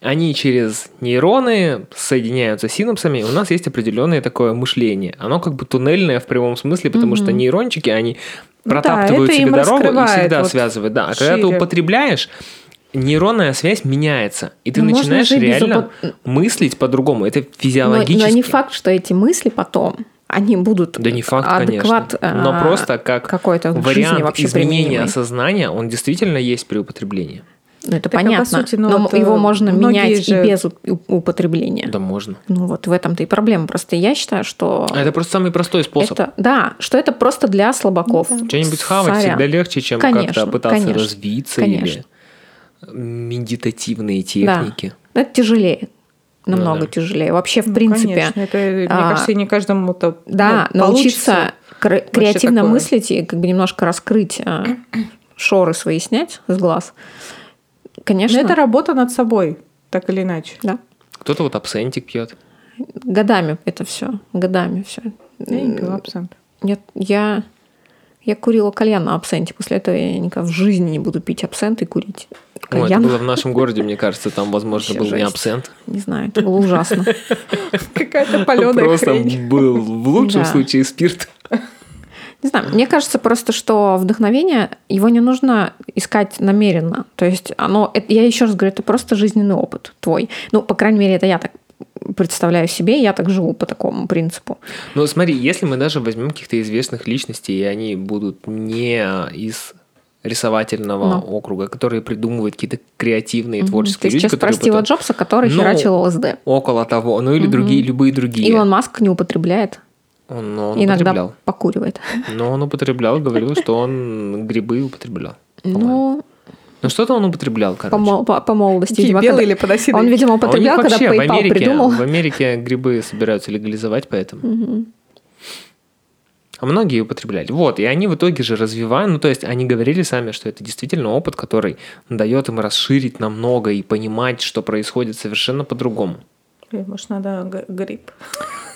S3: они через нейроны соединяются синапсами, и у нас есть определенное такое мышление. Оно как бы туннельное в прямом смысле, потому что
S1: Мгм.
S3: нейрончики, они
S2: Ну да,
S3: протаптывают
S2: это
S3: себе
S2: им
S3: дорогу и
S2: раскрывает
S3: всегда
S2: вот
S3: связывают. Да, а когда ты
S2: шире.
S3: употребляешь, нейронная связь меняется, и ты
S1: Ну, можно
S3: начинаешь
S1: же без
S3: реально
S1: упо-
S3: мыслить по-другому. Это
S1: но,
S3: физиологически.
S1: но не факт, что эти мысли потом, они будут
S3: Да не факт,
S1: адекват
S3: конечно. Но
S1: а,
S3: просто как
S1: какой-то в жизни
S3: вариант
S1: вообще
S3: изменения
S1: применения.
S3: сознания, он действительно есть при употреблении.
S1: Ну, это
S2: Так, а по
S1: понятно.
S2: сути, ну,
S1: но
S2: вот,
S1: его
S2: э,
S1: можно
S2: многие
S1: менять
S2: же-
S1: и без уп- уп- употребления.
S3: Да можно.
S1: Ну вот в этом-то и проблема. Просто я считаю, что
S3: А Это просто самый простой способ.
S1: это- да, что это просто для слабаков.
S2: Ну да.
S3: Что-нибудь хавать
S1: Сорян.
S3: всегда легче, чем
S1: Конечно,
S3: как-то пытаться
S1: конечно,
S3: развиться
S1: конечно.
S3: или медитативные техники.
S1: Это тяжелее,
S3: Ну
S1: намного
S3: да.
S1: тяжелее. Вообще в
S2: Ну,
S1: принципе.
S2: конечно, это, мне
S1: а,
S2: кажется, и не каждому то
S1: Да,
S2: ну,
S1: научиться
S2: получится.
S1: кре- креативно
S2: такое.
S1: мыслить и как бы немножко раскрыть а, шоры свои снять с глаз. Конечно,
S2: Но Ну, это работа над собой, так или иначе.
S1: да.
S3: Кто-то вот абсентик пьет.
S1: годами это все, годами все.
S2: Я не пила абсент.
S1: Нет, я я курила кальян на абсенте. После этого я никогда в жизни не буду пить абсент и курить
S3: Ну, это
S1: кальян.
S3: было в нашем городе, мне кажется, там, возможно,
S1: Вообще
S3: был не
S1: жесть.
S3: абсент.
S1: Не знаю, это было ужасно.
S2: Какая-то паленая
S3: Просто
S2: хрень.
S3: был в лучшем
S1: Да.
S3: случае спирт.
S1: Не знаю, мне кажется просто, что вдохновение, его не нужно искать намеренно. То есть оно, это- я еще раз говорю, это просто жизненный опыт твой. Ну, по крайней мере, это я так представляю себе, я так живу по такому принципу.
S3: Ну, смотри, если мы даже возьмем каких-то известных личностей, и они будут не из рисовательного
S1: Ну.
S3: округа, которые придумывают какие-то креативные
S1: Ты
S3: творческие люди,
S1: сейчас про
S3: которые
S1: Стива
S3: потом-
S1: Джобса, который
S3: Ну,
S1: херачил ЛСД.
S3: около того, ну или
S1: Мгм.
S3: другие, любые другие.
S1: Илон Маск не употребляет,
S3: Он, но он
S1: иногда
S3: употреблял.
S1: покуривает.
S3: Но он употреблял, говорил, что он грибы употреблял. по-моему.
S1: Ну,
S3: Ну что-то он употреблял, короче.
S1: по, мол- по- по молодости.
S2: Такие
S1: видимо,
S2: белые
S1: когда-
S2: или подосиновые?
S1: Он, видимо,
S3: А у них
S1: употреблял, когда
S3: вообще в
S1: PayPal
S3: Америке,
S1: придумал.
S3: в Америке грибы собираются легализовать, поэтому.
S1: Мгм.
S3: А многие употребляли. Вот, и они в итоге же развивают, ну то есть они говорили сами, что это действительно опыт, который дает им расширить намного и понимать, что происходит совершенно по-другому.
S2: Блин, Может, надо г- гриб.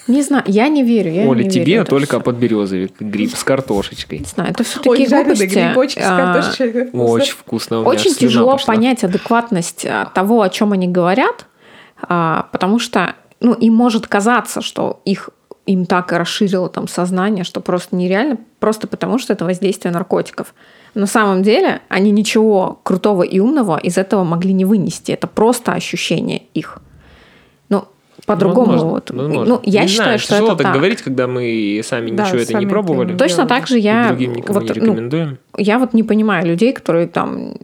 S1: Не знаю, я не верю. Я
S3: Оля,
S1: не
S3: тебе
S1: верю в это
S3: только
S1: всё.
S3: подберезовик, гриб с картошечкой.
S1: Не знаю, это все
S2: Ой,
S1: такие
S2: жареные
S1: глупости.
S2: грибочки с
S1: А,
S2: картошечкой.
S3: Очень вкусно. у меня аж
S1: Очень
S3: слюна
S1: тяжело
S3: пошла.
S1: понять адекватность а, того, о чем они говорят, а, потому что, ну, им может казаться, что их им так и расширило там сознание, что просто нереально, просто потому что это воздействие наркотиков. На самом деле они ничего крутого и умного из этого могли не вынести. Это просто ощущение их. Ну, по-другому.
S3: Возможно,
S1: вот.
S3: возможно.
S1: Ну, я
S3: Не
S1: считаю,
S3: знаю,
S1: что
S3: тяжело
S1: это
S3: так,
S1: так.
S3: говорить, когда мы сами
S2: Да,
S3: ничего это
S2: сами
S3: не
S2: это
S3: пробовали.
S2: не
S1: Точно
S2: делаем.
S1: так же
S3: и
S1: я
S3: другим никому
S1: вот,
S3: не
S1: ну,
S3: рекомендуем.
S1: я вот не понимаю людей, которые там,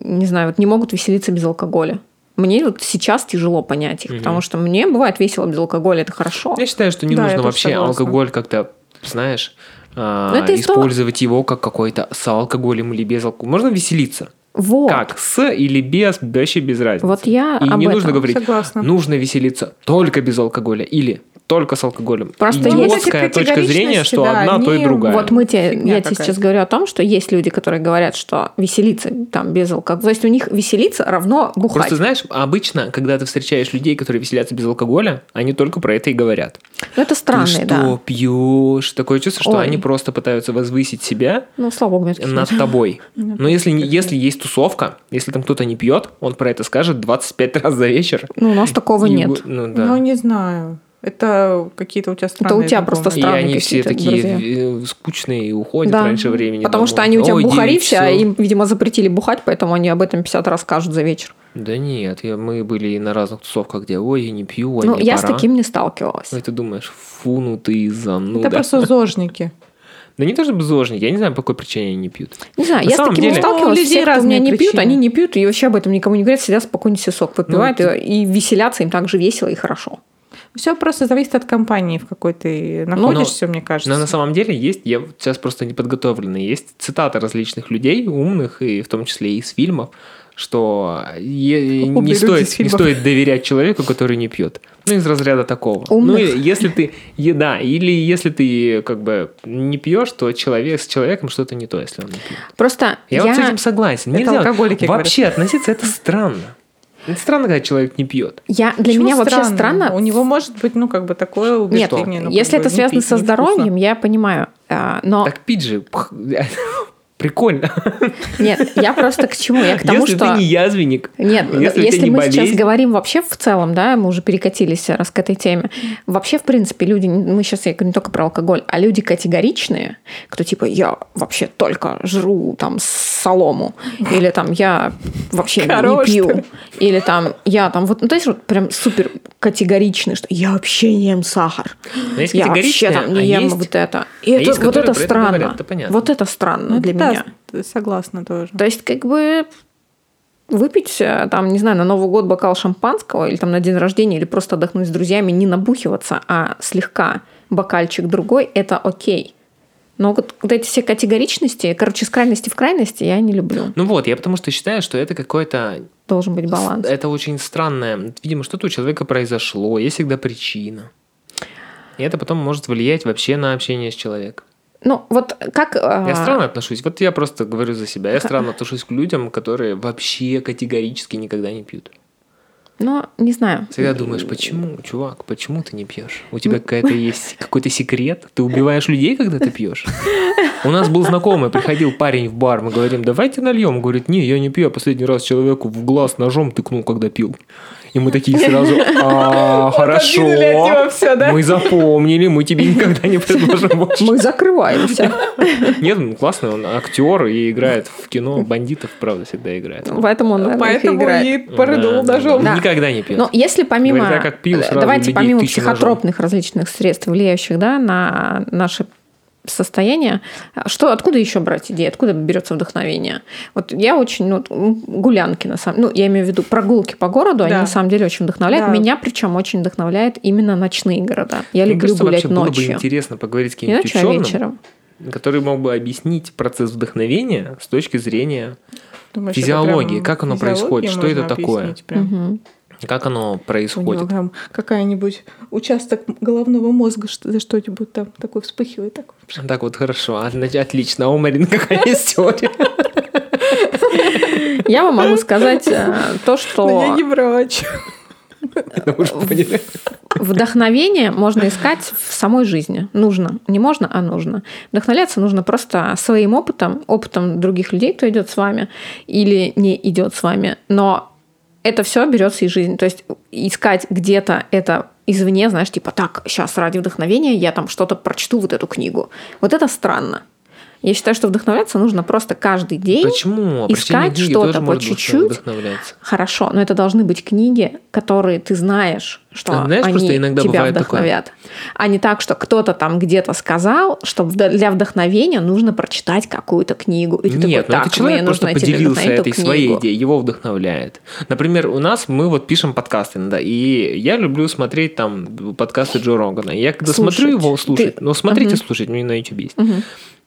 S1: не знаю, вот не могут веселиться без алкоголя. Мне вот сейчас тяжело понять их,
S3: Мгм.
S1: потому что мне бывает весело без алкоголя, это хорошо.
S3: Я считаю, что не
S2: Да, я
S3: нужно
S2: тоже
S3: вообще
S2: согласна.
S3: алкоголь как-то, знаешь, а,
S1: Но это из того-
S3: использовать его как какой-то с алкоголем или без алкоголя. Можно веселиться.
S1: Вот.
S3: Как? С или без, вообще без разницы.
S1: Вот я
S3: И
S1: об
S3: не
S1: этом.
S3: нужно говорить,
S2: Согласна.
S3: нужно веселиться только без алкоголя или только с алкоголем.
S1: Просто есть-
S3: Идиотская
S2: Эти
S3: точка зрения,
S2: категоричности,
S3: что
S2: да,
S3: одна, а то и
S2: они-
S3: другая.
S1: Вот мы тебе,
S2: Фигня
S1: я тебе
S2: какая-то.
S1: сейчас говорю о том, что есть люди, которые говорят, что веселиться там без алкоголя. То есть у них веселиться равно бухать.
S3: Просто знаешь, обычно, когда ты встречаешь людей, которые веселятся без алкоголя, они только про это и говорят.
S1: Ну, это странно,
S3: ты что,
S1: да.
S3: пьешь? Такое чувство, что
S1: Ой.
S3: они просто пытаются возвысить себя
S1: Ну, слава богу, у меня таких
S3: над
S1: нет.
S3: тобой.
S1: Ну,
S2: меня
S3: Но если, не- если есть тусовка, если там кто-то не пьет, он про это скажет 25 раз за вечер.
S1: Ну, у нас такого
S3: И
S1: нет.
S3: бу- Ну, да.
S2: Ну, не знаю. Это какие-то у тебя странные
S1: у тебя просто
S3: и
S2: знакомые.
S1: странные
S3: они все
S1: какие-то
S3: такие
S1: друзья.
S3: э, скучные и уходят
S1: Да.
S3: раньше времени.
S1: Потому
S3: домой.
S1: что они у тебя
S3: Ой,
S1: бухари
S3: девять
S1: все, а
S3: часов.
S1: им, видимо, запретили бухать, поэтому они об этом 50 раз скажут за вечер.
S3: Да нет, я- мы были и на разных тусовках, где ой, я не пью, ой,
S1: ну,
S3: мне
S1: я с
S3: пора».
S1: таким не сталкивалась.
S3: Ой, ты думаешь, фу, ну ты зануда.
S2: Это просто зожники.
S3: Да не то чтобы зожники, я не знаю, по какой причине они не пьют.
S1: Не знаю,
S3: На
S1: я с
S3: самом
S1: таким
S3: деле-
S1: не сталкивалась.
S2: Ну, у людей
S1: Все, кто у меня
S2: разные
S1: не пьют,
S2: причины.
S1: они не пьют, и вообще об этом никому не говорят, сидят спокойно себе сок попивают,
S3: Ну,
S1: и, и веселятся, им так же весело и хорошо.
S2: Все просто зависит от компании, в какой ты находишься, мне кажется.
S3: Но на самом деле есть, я вот сейчас просто не подготовленный, есть цитаты различных людей, умных, и в том числе и из фильмов, что е-
S2: Умные
S3: не,
S2: люди
S3: стоит,
S2: из
S3: не
S2: фильмов.
S3: стоит доверять человеку, который не пьет. Ну, из разряда такого.
S1: Умных.
S3: Ну, и если ты, е- да, или если ты как бы не пьешь, то человек с человеком что-то не то, если он не пьет.
S1: Просто
S3: Я, вот с этим согласен.
S2: Это
S3: Нельзя
S2: алкоголики
S3: вообще относиться, это странно. Это странно, когда человек не пьет.
S1: я для
S2: Почему
S1: меня вообще странно.
S2: У него может быть, ну, как бы такое
S1: Нет,
S2: убеждение. ну, как
S1: если
S2: бы,
S1: это
S2: не
S1: связано
S2: пить
S1: со
S2: невкусно.
S1: здоровьем, я понимаю. А, Но
S3: Так пить же пх, прикольно.
S1: нет, я просто к чему? Я к тому,
S3: Если
S1: что
S3: ты не язвенник,
S1: Нет, ну,
S3: если
S1: если,
S3: у тебя не
S1: мы
S3: болезнь.
S1: сейчас говорим вообще в целом, да, мы уже перекатились э, раз к этой теме. Вообще, в принципе, люди, мы сейчас, я говорю не только про алкоголь, а люди категоричные, кто типа, я вообще только жру там солому, или там я вообще
S2: Хорош
S1: не пью,
S2: ты.
S1: или там я там вот, ну, то есть вот прям супер категоричный, что я вообще не ем сахар,
S3: Но есть
S1: я вообще
S3: категоричные,
S1: там
S3: а
S1: не ем
S3: есть-
S1: вот это. И
S3: а
S1: это,
S3: есть,
S1: вот
S3: которые
S1: это
S3: про это
S1: странно.
S3: говорят, это понятно.
S1: Вот это
S2: Ну,
S1: странно для
S2: да,
S1: меня.
S2: с- Согласна тоже.
S1: То есть, как бы выпить, э, там, не знаю, на Новый год бокал шампанского или там на день рождения, или просто отдохнуть с друзьями, не набухиваться, а слегка бокальчик другой, это окей. Но вот, вот эти все категоричности, короче, с крайности в крайности я не люблю.
S3: Ну вот, я потому что считаю, что это какое-то...
S1: Должен быть баланс.
S3: Это очень странное. Видимо, что-то у человека произошло, есть всегда причина. И это потом может влиять вообще на общение с человеком.
S1: Ну, вот как... э,
S3: Я странно отношусь. Вот я просто говорю за себя. Я странно отношусь к людям, которые вообще категорически никогда не пьют.
S1: Ну, не знаю.
S3: Всегда думаешь, почему, чувак, почему ты не пьешь? У тебя какая-то есть какой-то секрет? Ты убиваешь людей, когда ты пьешь? У нас был знакомый, приходил парень в бар, мы говорим, давайте нальем. Он Говорит, не, я не пью, я последний раз человеку в глаз ножом тыкнул, когда пил. И мы такие сразу, «А, хорошо,
S2: отодвинули от него всё, да?»
S3: мы запомнили, мы тебе никогда не предложим больше».
S1: Мы закрываемся.
S3: Нет, ну классный, он актер и играет в кино, бандитов, правда, всегда играет.
S1: Поэтому он, наверное, их и
S2: Поэтому
S1: играет.
S2: и порыдул
S3: Да,
S2: ножом.
S1: Да.
S3: Никогда не пьет.
S1: Но если помимо,
S3: Говорит, я как пил,
S1: э,
S3: сразу
S1: давайте
S3: людей
S1: помимо
S3: тычу ножом.
S1: психотропных различных средств, влияющих да, на наше состояние, что, откуда еще брать идеи, откуда берется вдохновение? Вот я очень, ну, м, гулянки на самом, ну, я имею в виду прогулки по городу, они
S2: Да.
S1: на самом деле очень вдохновляют.
S2: Да.
S1: Меня причем очень вдохновляют именно ночные города. Я
S3: Мне
S1: люблю
S3: кажется,
S1: Ну, гулять
S3: вообще было бы
S1: ночью.
S3: интересно поговорить с
S1: Не
S3: каким-нибудь
S1: ночью, а
S3: ученым,
S1: вечером.
S3: который мог бы объяснить процесс вдохновения с точки зрения,
S2: Думаешь,
S3: Физиология,
S2: это прям
S3: как оно
S2: физиология
S3: происходит, что
S2: можно
S3: это такое?
S2: объяснить прям?
S1: Мгм.
S3: как оно
S2: У него
S3: происходит.
S2: там какая-нибудь участок головного мозга что- за что-нибудь там такой вспыхивает. Так.
S3: Так вот, хорошо, отна- отлично. А у Марин какая есть теория?
S1: Я вам могу сказать э, то, что...
S2: Но Ну, я не врач.
S3: Это уже Ну, поняли.
S1: Вдохновение можно искать в самой жизни. Нужно. Не можно, а нужно. Вдохновляться нужно просто своим опытом, опытом других людей, кто идет с вами или не идет с вами. Но это все берется из жизни. То есть искать где-то это извне, знаешь, типа так, сейчас ради вдохновения я там что-то прочту вот эту книгу. Вот это странно. Я считаю, что вдохновляться нужно просто каждый день.
S3: Почему? Обращение
S1: искать
S3: книги
S1: что-то
S3: тоже
S1: по
S3: может
S1: чуть-чуть.
S3: вдохновляться.
S1: Хорошо, но это должны быть книги, которые ты знаешь, что
S3: Ты знаешь,
S1: они
S3: просто иногда
S1: тебя
S3: бывает такое.
S1: вдохновят. А не так, что кто-то там где-то сказал, что вд- для вдохновения нужно прочитать какую-то книгу. И ты такой,
S3: Нет, но
S1: так, ну,
S3: этот человек
S1: мне
S3: просто
S1: нужно идти
S3: поделился
S1: вдохновить эту
S3: этой своей
S1: книгу».
S3: идеей, его вдохновляет. Например, у нас мы вот пишем подкасты иногда, и я люблю смотреть там подкасты Джо Рогана. Я когда
S1: Слушать.
S3: смотрю его, слушать,
S1: Ты-
S3: ну смотрите,
S1: Мгм.
S3: слушать, у меня на YouTube есть.
S1: Мгм.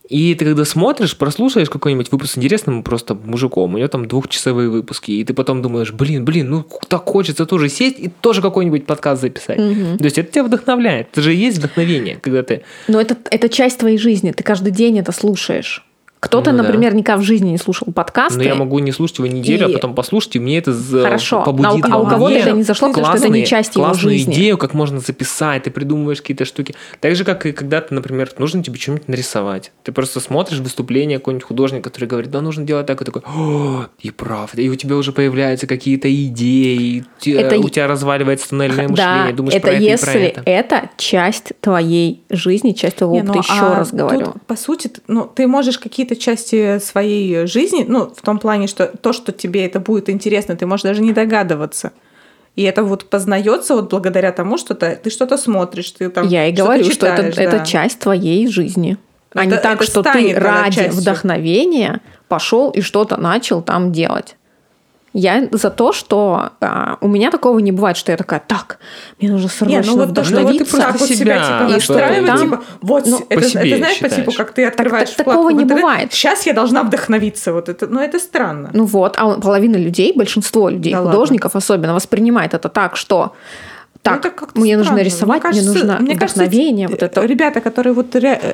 S3: И ты когда смотришь, прослушаешь какой-нибудь выпуск с интересным просто мужиком, у него там двухчасовые выпуски, и ты потом думаешь, блин, блин, ну так хочется тоже сесть и тоже какой-нибудь подкаст записать.
S1: Мгм.
S3: То есть это тебя вдохновляет. Это же и есть вдохновение, когда ты...
S1: Но это, это часть твоей жизни, ты каждый день это слушаешь. Кто-то,
S3: Ну да.
S1: например, никогда в жизни не слушал подкасты.
S3: Ну, я могу не слушать его неделю,
S1: А И-
S3: а потом послушать, и мне это за-
S1: Хорошо.
S3: побудит.
S1: А у- а
S3: во
S1: у кого-то
S3: мне
S1: это не зашло, потому что это не
S3: классные-
S1: часть его
S3: классную
S1: жизни.
S3: идею, как можно записать, ты придумываешь какие-то штуки. Так же, как и когда ты, например, нужно тебе что-нибудь нарисовать. Ты просто смотришь выступление какого-нибудь художника, который говорит, да, нужно делать так, и такой, «О, и правда, и у тебя уже появляются какие-то идеи, и те-
S1: Это-
S3: у тебя разваливается тоннельное
S1: да,
S3: мышление, думаешь
S1: это
S3: про это и
S1: если
S3: про это.
S1: часть твоей жизни, часть твоего
S2: Не,
S1: опыта,
S2: ну,
S1: еще
S2: а
S1: раз
S2: тут,
S1: говорю.
S2: по сути, т- ну, ты можешь какие-то части своей жизни, ну, в том плане, что то, что тебе это будет интересно, ты можешь даже не догадываться. И это вот познается вот благодаря тому, что ты, ты что-то смотришь, ты там
S1: Я и
S2: что-то
S1: говорю, что
S2: читаешь,
S1: это, это
S2: да.
S1: часть твоей жизни. А
S2: Это-
S1: не так,
S2: это
S1: что ты
S2: станет, да,
S1: ради
S2: частью.
S1: вдохновения пошел и что-то начал там делать. Я за то, что а, у меня такого не бывает, что я такая, так, мне нужно срочно
S2: Не, ну вот то, что вот ты
S1: вдохновиться».
S2: просто
S3: Просто
S2: вот себя
S3: себя
S2: типа
S1: и
S2: настраиваешь,
S1: что
S2: типа, вот
S1: ну,
S2: с-
S3: по
S2: это, это
S3: себе
S2: знаешь, по типу,
S3: считаешь.
S2: как ты открываешь
S1: так- такого не бывает.
S2: Сейчас я должна вдохновиться, вот это, ну это странно.
S1: Ну вот, а половина людей, большинство людей,
S2: Да
S1: художников особенно, воспринимает это так, что так,
S2: это как-то
S1: мне нужно
S2: странно.
S1: рисовать, мне,
S2: кажется,
S1: нужно
S2: мне кажется,
S1: вдохновение,
S2: э,
S1: вот это.
S2: Ребята, которые вот ре- э,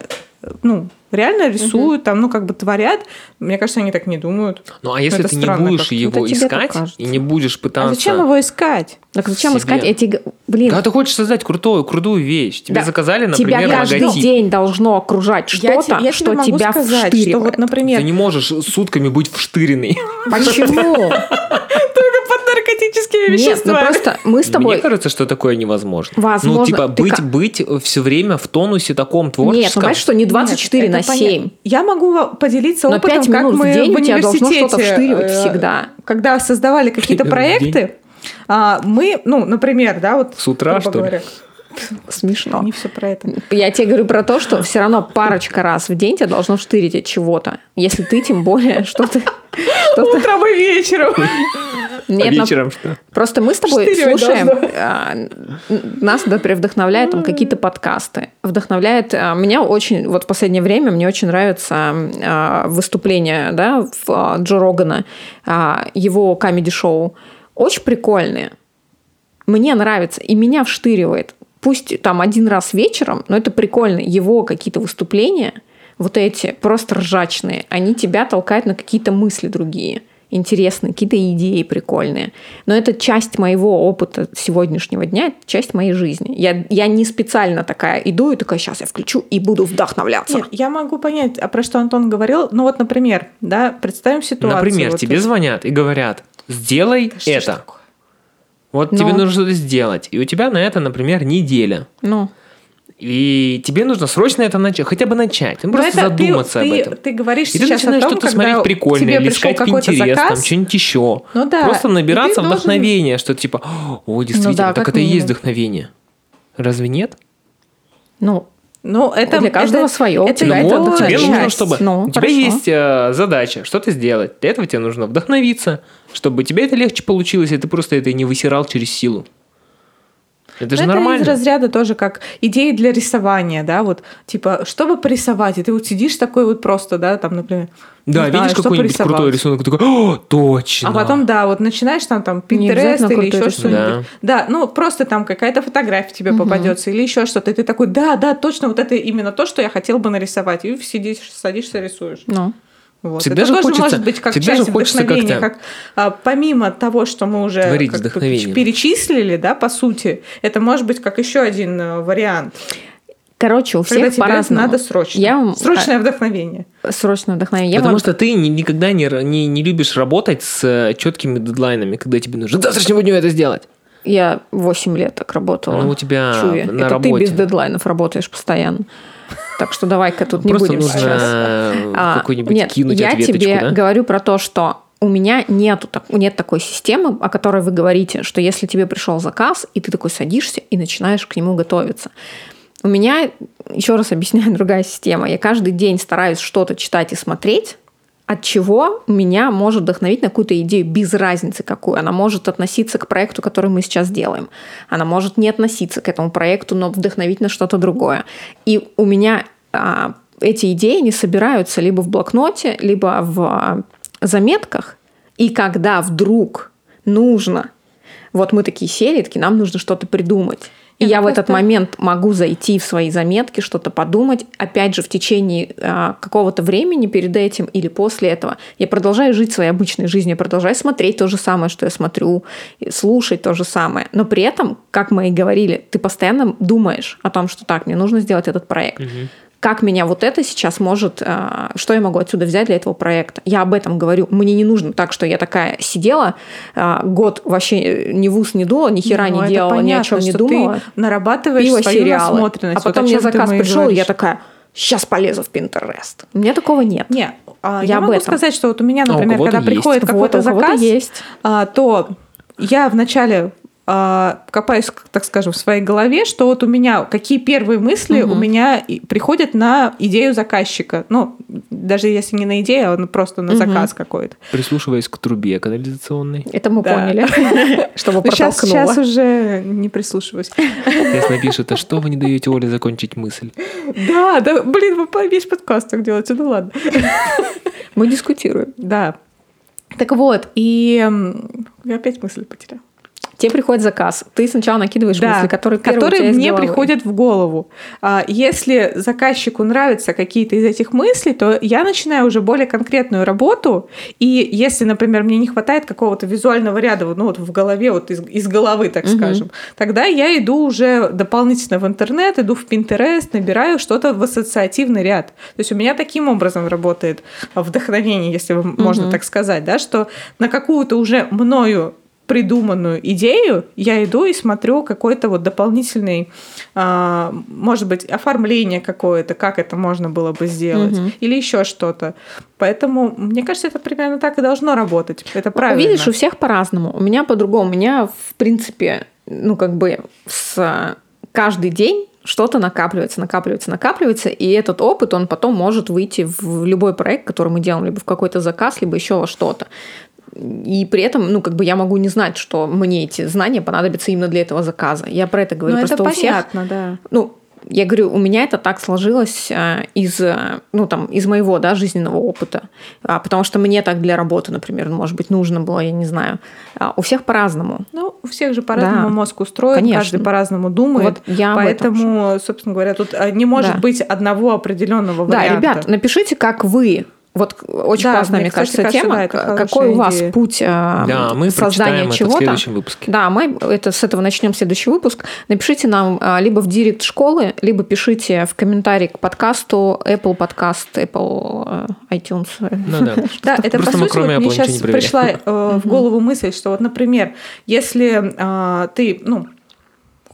S2: ну, реально рисуют, там, ну, как бы творят, мне кажется, они так не думают.
S3: Ну а если
S2: это
S3: ты не
S2: странно
S3: будешь
S2: как-то.
S1: Ну,
S3: его
S1: это тебе так
S3: искать
S1: кажется.
S3: и не будешь
S2: А
S3: пытаться...
S2: зачем его искать?
S1: Так зачем
S3: себе.
S1: искать эти... г- Блин,
S3: Когда ты хочешь создать крутую, крутую вещь, тебе
S1: да,
S3: заказали,
S1: тебя
S3: например,
S1: каждый
S3: логотип.
S1: день должно окружать
S2: Я
S1: что-то,
S2: те- я тебе
S1: что
S2: могу
S1: тебя
S2: сказать, что вот,
S1: вштыривает.
S2: например,
S3: Ты не можешь сутками быть вштыренный.
S1: Почему?
S2: только под наркотическими
S1: Нет, ну
S2: веществами.
S1: просто мы с
S3: Мне
S1: тобой...
S3: кажется, что такое невозможно.
S1: Возможно.
S3: Ну, типа,
S1: Ты
S3: быть,
S1: ка-
S3: быть все время в тонусе таком
S1: Нет, ну
S3: творческом.
S1: понимаешь, что не 24
S2: Нет,
S1: на
S2: это понятно.
S1: 7.
S2: Я могу ва- поделиться
S1: Но
S2: опытом,
S1: пять
S2: как
S1: минут в
S2: мы
S1: день
S2: в
S1: у тебя должно
S2: университете, э,
S1: что-то вштыривать всегда.
S2: Когда создавали какие-то
S3: Пять минут в день.
S2: проекты, а, мы, ну, например, да, вот
S3: С утра,
S2: грубо
S3: что ли?
S2: говоря,
S1: Смешно.
S2: не все про это.
S1: Я тебе говорю про то, что все равно парочка раз в день тебя должно штырить от чего-то. Если ты тем более что-то... что-то-
S2: Утром и вечером.
S3: а
S1: Нет, ну,
S3: вечером что?
S1: Просто мы с тобой
S2: Штыривать
S1: слушаем,
S2: должно.
S1: а, н- нас, например, вдохновляют там какие-то подкасты. Вдохновляет а, меня очень, вот в последнее время мне очень нравится а, выступление да, в, а, Джо Рогана, а, его комеди-шоу. Очень прикольные. Мне нравится, и меня вштыривает. Пусть там один раз вечером, но это прикольно. Его какие-то выступления, вот эти, просто ржачные, они тебя толкают на какие-то мысли другие, интересные, какие-то идеи прикольные. Но это часть моего опыта сегодняшнего дня, это часть моей жизни. Я, я не специально такая иду и такая, сейчас я включу и буду вдохновляться.
S2: Нет, я могу понять, а про что Антон говорил. Ну вот, например, да, представим ситуацию.
S3: Например,
S2: Вот
S3: тебе звонят и говорят, сделай
S2: Что ж
S3: это.
S2: такое?
S3: Вот
S1: Ну.
S3: тебе нужно что-то сделать. И у тебя на это, например, неделя.
S1: Ну,
S3: И тебе нужно срочно это начать, хотя бы начать. Ну,
S2: Но
S3: просто
S2: это ты-
S3: задуматься
S2: ты,
S3: об этом.
S2: Ты говоришь
S3: И ты
S2: сейчас
S3: начинаешь
S2: о том,
S3: что-то
S2: когда
S3: смотреть
S2: тебе
S3: прикольное, или
S2: пришел
S3: искать по
S2: какой-то
S3: интерес, там
S2: заказ.
S3: что-нибудь еще.
S2: Ну да,
S3: Просто
S2: и ты
S3: набираться
S2: должен- Ну
S3: вдохновения, что типа, о, действительно,
S1: да,
S3: так
S1: как
S3: это и есть
S1: минимум.
S3: вдохновение. Разве нет?
S1: ну,
S2: Ну, это
S1: Для каждого своё.
S2: Это,
S1: Ну,
S2: я
S1: вот,
S2: это
S1: тебе
S2: часть.
S1: нужно,
S3: чтобы...
S1: Ну,
S3: у тебя
S1: хорошо.
S3: есть э, задача что-то сделать. Для этого тебе нужно вдохновиться, чтобы тебе это легче получилось, и ты просто это не высирал через силу. Это же
S2: Ну,
S3: нормально.
S2: из разряда тоже как идеи для рисования, да, вот, типа, чтобы порисовать, и ты вот сидишь такой вот просто, да, там, например,
S3: Да,
S2: не знаю,
S3: видишь
S2: что
S3: какой-нибудь
S2: порисовать.
S3: крутой рисунок, и такой, о, точно.
S2: А потом, да, вот начинаешь там, там,
S1: Не
S2: Pinterest
S1: обязательно
S2: или
S1: крутой
S2: еще
S1: рисунок.
S2: что-нибудь. Да. ну, просто там какая-то фотография тебе попадется или еще что-то, и ты такой, да, да, точно, вот это именно то, что я хотел бы нарисовать, и сидишь, садишься, рисуешь.
S1: ну.
S2: Вот.
S3: Всегда
S2: это
S3: же
S2: тоже
S3: хочется-
S2: может быть как
S3: всегда
S2: часть
S3: же хочется
S2: вдохновения,
S3: как-то
S2: как а, помимо того, что мы уже
S3: творить
S2: как бы
S3: вдохновение.
S2: перечислили, да, по сути, это может быть как еще один э, вариант.
S1: Короче, у
S2: Когда
S1: всех
S2: тебе
S1: по-разному.
S2: надо срочно.
S1: Я вам-
S2: Срочное вдохновение.
S1: а, срочно вдохновение. Я
S3: Потому
S1: вам-
S3: что ты ни- никогда не, ра- не, не любишь работать с четкими дедлайнами, когда тебе нужно до завтрашнего дня это сделать.
S1: Я 8 лет так работала.
S3: Ну, у тебя
S1: Чуви.
S3: на
S1: Это ты
S3: работе.
S1: без дедлайнов работаешь постоянно. Так что давай-ка тут не
S3: Просто
S1: будем
S3: нужно
S1: сейчас. А,
S3: какой-нибудь
S1: нет,
S3: кинуть
S1: я
S3: ответочку,
S1: тебе
S3: да?
S1: говорю про то, что у меня нету так, нет такой системы, о которой вы говорите, что если тебе пришел заказ, и ты такой садишься и начинаешь к нему готовиться. У меня, еще раз объясняю, другая система. Я каждый день стараюсь что-то читать и смотреть, от чего меня может вдохновить на какую-то идею, без разницы какую. Она может относиться к проекту, который мы сейчас делаем. Она может не относиться к этому проекту, но вдохновить на что-то другое. И у меня а, эти идеи не собираются либо в блокноте, либо в а, заметках. И когда вдруг нужно, вот мы такие сели, такие, нам нужно что-то придумать. И
S2: Нет,
S1: я в
S2: просто-
S1: этот момент могу зайти в свои заметки, что-то подумать. Опять же, в течение а, какого-то времени перед этим или после этого я продолжаю жить своей обычной жизнью, я продолжаю смотреть то же самое, что я смотрю, и слушать то же самое. Но при этом, как мы и говорили, ты постоянно думаешь о том, что так, мне нужно сделать этот проект как меня вот это сейчас может, а, что я могу отсюда взять для этого проекта. Я об этом говорю. Мне не нужно так, что я такая сидела а, год вообще э, ни в ус не дула, ни хера
S2: Ну,
S1: не
S2: это
S1: делала, ни о
S2: понятно,
S1: чем не
S2: что
S1: думала.
S2: Ты нарабатываешь
S1: Пила
S2: свою
S1: сериалы.
S2: насмотренность.
S1: А
S2: Вот о
S1: потом мне
S2: чем ты
S1: заказ
S2: мы и
S1: пришел, и я
S2: говоришь.
S1: такая, сейчас полезу в Pinterest. У меня такого нет.
S2: Не, а,
S1: Я
S2: я,
S1: об
S2: могу
S1: этом.
S2: сказать, что вот у меня,
S3: А у
S2: например,
S3: кого-то
S2: когда
S3: есть.
S2: приходит
S1: Вот,
S2: какой-то
S1: у кого-то
S2: заказ,
S1: есть.
S2: а, то а, я вначале а, копаюсь, к- так скажем, в своей голове, что вот у меня какие первые мысли у меня и- приходят на идею заказчика. Ну, даже если не на идею, а на- просто на
S1: Мгм.
S2: заказ какой-то.
S3: Прислушиваясь к трубе канализационной.
S1: Это мы
S2: Да.
S1: поняли, чтобы протолкнуло.
S2: сейчас, сейчас Ну, уже не прислушиваюсь.
S3: Сейчас напишет, а что вы не даете Оле закончить мысль?
S2: Да, да, блин, вы по- весь подкаст так делаете, ну ладно.
S1: Мы дискутируем.
S2: Да. Так вот, и м, я опять мысль потеряла.
S1: Тебе приходит заказ. Ты сначала накидываешь
S2: Да,
S1: мысли, которые первые у тебя
S2: которые
S1: из
S2: мне
S1: головы.
S2: приходят в голову. А, Если заказчику нравятся какие-то из этих мыслей, то я начинаю уже более конкретную работу. И если, например, мне не хватает какого-то визуального ряда, ну вот в голове, вот из, из головы, так
S1: Мгм.
S2: скажем, тогда я иду уже дополнительно в интернет, иду в Pinterest, набираю что-то в ассоциативный ряд. То есть у меня таким образом работает вдохновение, если вам можно
S1: Мгм.
S2: так сказать, да, что на какую-то уже мною придуманную идею я иду и смотрю какой-то вот дополнительный, а, может быть, оформление какое-то, как это можно было бы сделать,
S1: Мгм.
S2: или еще что-то. Поэтому мне кажется, это примерно так и должно работать. Это правильно.
S1: Ну, Видишь, у всех по-разному. У меня по-другому. У меня, в принципе, ну, как бы с а, каждый день что-то накапливается, накапливается, накапливается, и этот опыт, он потом может выйти в любой проект, который мы делаем, либо в какой-то заказ, либо еще во что-то. И при этом, ну, как бы я могу не знать, что мне эти знания понадобятся именно для этого заказа. Я про это говорю.
S2: Ну,
S1: Просто
S2: это
S1: у всех
S2: понятно, да.
S1: ну, я говорю, у меня это так сложилось а, из, а, ну, там, из моего, да, жизненного опыта. А, потому что мне так для работы, например, ну, может быть, нужно было, я не знаю. А, у всех по-разному.
S2: Ну, у всех же по-разному
S1: Да.
S2: мозг устроен,
S1: Конечно.
S2: каждый по-разному думает.
S1: Вот я об этом
S2: поэтому, собственно говоря, тут а, не может
S1: Да.
S2: быть одного определенного
S1: Да,
S2: варианта.
S1: ребят, напишите, как вы. Вот к- очень
S2: Да,
S1: классная,
S2: мне,
S1: мне
S2: кстати,
S1: кажется,
S2: кажется,
S1: тема.
S2: да, это
S1: К-
S2: хорошая
S1: Какой у вас
S2: идея.
S1: путь а,
S3: Да, мы
S1: создания
S3: прочитаем это в
S1: чего-то?
S3: следующем выпуске.
S1: Да, мы это, с этого начнем следующий выпуск. Напишите нам а, либо в директ школы, либо пишите в комментарий к подкасту Apple подкаст, Apple э, iTunes.
S3: Ну да.
S2: Да, это
S3: Просто мы
S2: по сути, вот
S3: кроме
S2: мне
S3: Apple ничего
S2: сейчас
S3: не проверяем.
S2: пришла э, в голову мысль, что вот, например, если а, ты, ну,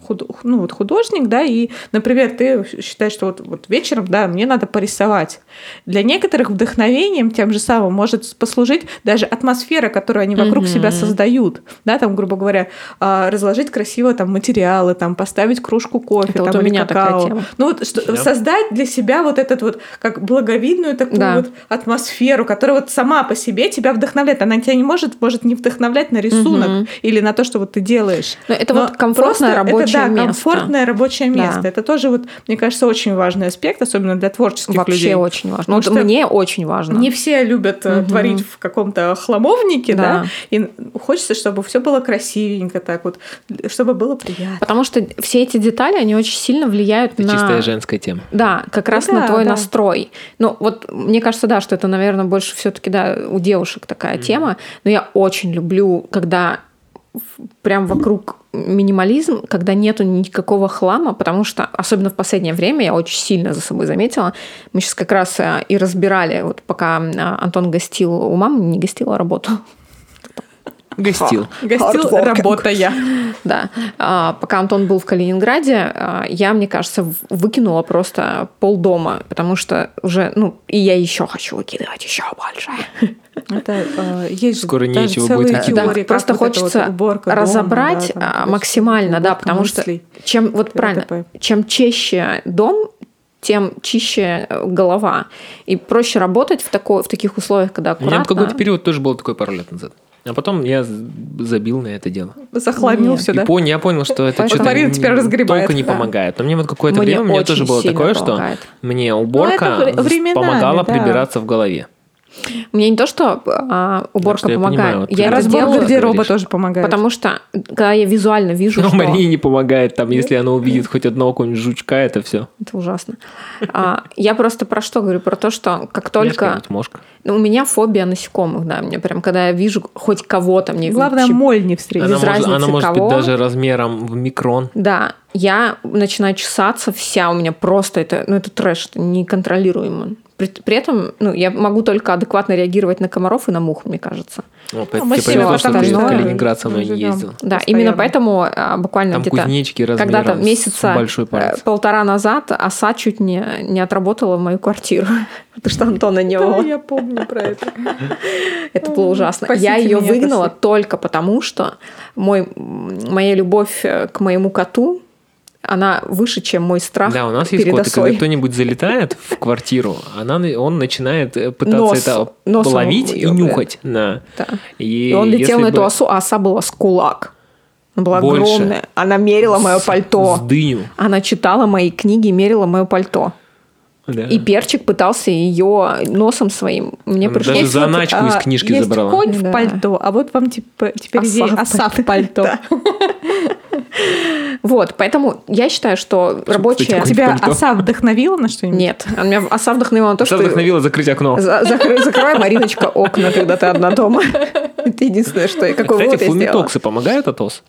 S2: худ- ну, вот художник, да, и, например, ты считаешь, что вот, вот вечером, да, мне надо порисовать. Для некоторых вдохновением тем же самым может послужить даже атмосфера, которую они вокруг
S1: Мгм.
S2: себя создают, да, там, грубо говоря, а, разложить красиво там материалы, там, поставить кружку кофе,
S1: Это вот
S2: там,
S1: у
S2: или
S1: меня такая
S2: какао.
S1: тема.
S2: Ну вот что,
S3: Да.
S2: создать для себя вот этот вот как благовидную такую
S1: Да.
S2: вот атмосферу, которая вот сама по себе тебя вдохновляет. Она тебя не может, может не вдохновлять на рисунок
S1: Мгм.
S2: или на то, что вот ты делаешь.
S1: Но это
S2: Но
S1: вот комфортное
S2: просто
S1: рабочее
S2: это, да,
S1: место.
S2: комфортное рабочее
S1: Да.
S2: место. Это тоже вот, мне кажется, очень важный аспект, особенно для творческих
S1: Вообще
S2: людей.
S1: очень важно.
S2: Потому
S1: Вот
S2: что
S1: мне очень важно.
S2: Не все любят э,
S1: Мгм.
S2: творить в каком-то хламовнике, да.
S1: Да.
S2: и хочется, чтобы все было красивенько, так вот, чтобы было приятно.
S1: Потому что все эти детали, они очень сильно влияют
S3: Это
S1: на...
S3: чистая женская тема.
S1: Да, как раз
S2: Ну Да,
S1: на твой
S2: да.
S1: настрой. Ну, вот мне кажется, да, что это, наверное, больше все-таки, да, у девушек такая
S3: Мгм.
S1: тема. Но я очень люблю, когда в- прям вокруг минимализм, когда нету никакого хлама, потому что, особенно в последнее время, я очень сильно за собой заметила. Мы сейчас как раз э, и разбирали, вот пока м, а, Антон гостил у мамы, не гостил, а работал.
S3: Гостил.
S2: Гостил
S1: Hardworking.
S2: работая.
S1: Да. А, Пока Антон был в Калининграде, а, я, мне кажется, в- выкинула просто полдома, потому что уже, ну, и я еще хочу выкидывать еще больше.
S2: Это, э, есть же
S3: Скоро
S2: даже
S3: нечего
S2: целые
S3: будет
S1: Да,
S2: теории, как
S1: просто
S2: вот это вот
S1: хочется
S2: уборка дома,
S1: разобрать
S2: да, там,
S1: а,
S2: то есть
S1: максимально, да,
S2: уборка
S1: потому что
S2: мыслей.
S1: чем вот правильно,
S2: ТП.
S1: чем чище дом, тем чище э, голова. И проще работать в, такой, в таких условиях, когда
S3: У меня в
S1: аккуратно.
S3: какой-то период тоже был такой пару лет назад. А потом я забил на это дело.
S2: захламил
S1: Нет.
S2: все,
S3: И
S2: да?
S3: пон- я понял, что это
S1: Поэтому
S3: что-то
S2: Марина теперь разгребает,
S3: толка не
S2: да.
S3: помогает. Но мне вот какое-то
S1: Мне
S3: время, у меня
S1: очень
S3: тоже было
S1: сильно
S3: такое,
S1: помогает.
S3: что мне уборка
S2: Ну, это вре-
S3: помогала
S2: временами, да.
S3: прибираться в голове.
S1: Мне не то, что а, уборка
S3: что я
S1: помогает.
S3: понимаю, вот ты
S1: я это
S3: разбор
S1: делаю,
S2: Разбор гардероба
S3: говоришь.
S2: тоже помогает.
S1: потому что когда я визуально вижу,
S3: Но
S1: что...
S3: Марине Ну, не помогает, там, если она увидит хоть одного какого-нибудь жучка, это все.
S1: Это ужасно. А, я просто про что говорю? Про то, что как только...
S3: Мошка.
S1: Ну, у меня фобия насекомых, да. Мне прям, когда я вижу хоть кого-то, мне
S2: Главное,
S1: вообще-
S2: моль не встретить.
S3: Она
S1: без
S3: может,
S1: разницы
S3: она может
S1: кого.
S3: быть даже размером в микрон.
S1: Да, я начинаю чесаться вся, у меня просто это... Ну, это трэш, это неконтролируемо. При, при этом ну, я могу только адекватно реагировать на комаров и на мух, мне кажется.
S3: О, по-
S2: мы
S3: я
S2: с
S3: понимаю,
S1: ними
S3: Ну, что
S1: потом
S3: ты в
S1: знали.
S3: Калининград со мной
S2: Мы
S3: не
S2: живем.
S3: ездил.
S1: Да,
S2: Постоянно.
S1: именно поэтому а, буквально
S3: Там
S1: где-то
S3: кузнечики размером
S1: когда-то месяца
S3: с большой палец.
S1: э, полтора назад оса чуть не, не отработала мою квартиру, потому что Антона не
S2: Да,
S1: было.
S2: я помню про это.
S1: Это было
S2: Ой,
S1: ужасно.
S2: спасите
S1: я ее
S2: меня,
S1: выгнала
S2: Таси.
S1: только потому, что мой, м, моя любовь э, к моему коту, она выше, чем мой страх
S3: Да, у нас есть
S1: перед
S3: кот, и когда
S1: осой.
S3: кто-нибудь залетает в квартиру, она, он начинает э, пытаться
S1: Нос-
S3: это
S1: носом
S3: ловить и
S1: её, блин.
S3: нюхать. Да.
S1: Да.
S3: И,
S1: И он летел
S3: если
S1: на эту
S3: бы
S1: осу, а оса была с кулак. Она была
S3: Больше.
S1: огромная. Она мерила мое
S3: с-
S1: пальто.
S3: С дыню.
S1: Она читала мои книги и мерила мое пальто.
S3: Да.
S1: И перчик пытался ее носом своим. Мне
S3: Она
S1: пришлось.
S3: даже
S2: Есть вот,
S3: заначку из
S2: а,
S3: книжки
S2: есть
S3: забрала.
S2: конь в
S1: Да.
S2: пальто, а вот вам типа, теперь
S1: Оса
S2: здесь
S1: в
S2: оса в пальто.
S1: Вот, поэтому я считаю, что рабочая...
S3: Конь в
S2: Тебя
S3: пальто.
S2: оса вдохновила на что-нибудь?
S1: Нет, она меня оса вдохновила на то,
S3: Что
S1: что...
S3: вдохновило закрыть окно.
S1: За- закры- закрывай, Мариночка, окна, когда ты одна дома. Это единственное, что я... Какой вывод
S3: Кстати,
S1: я сделала.
S3: фумитоксы помогают от ос?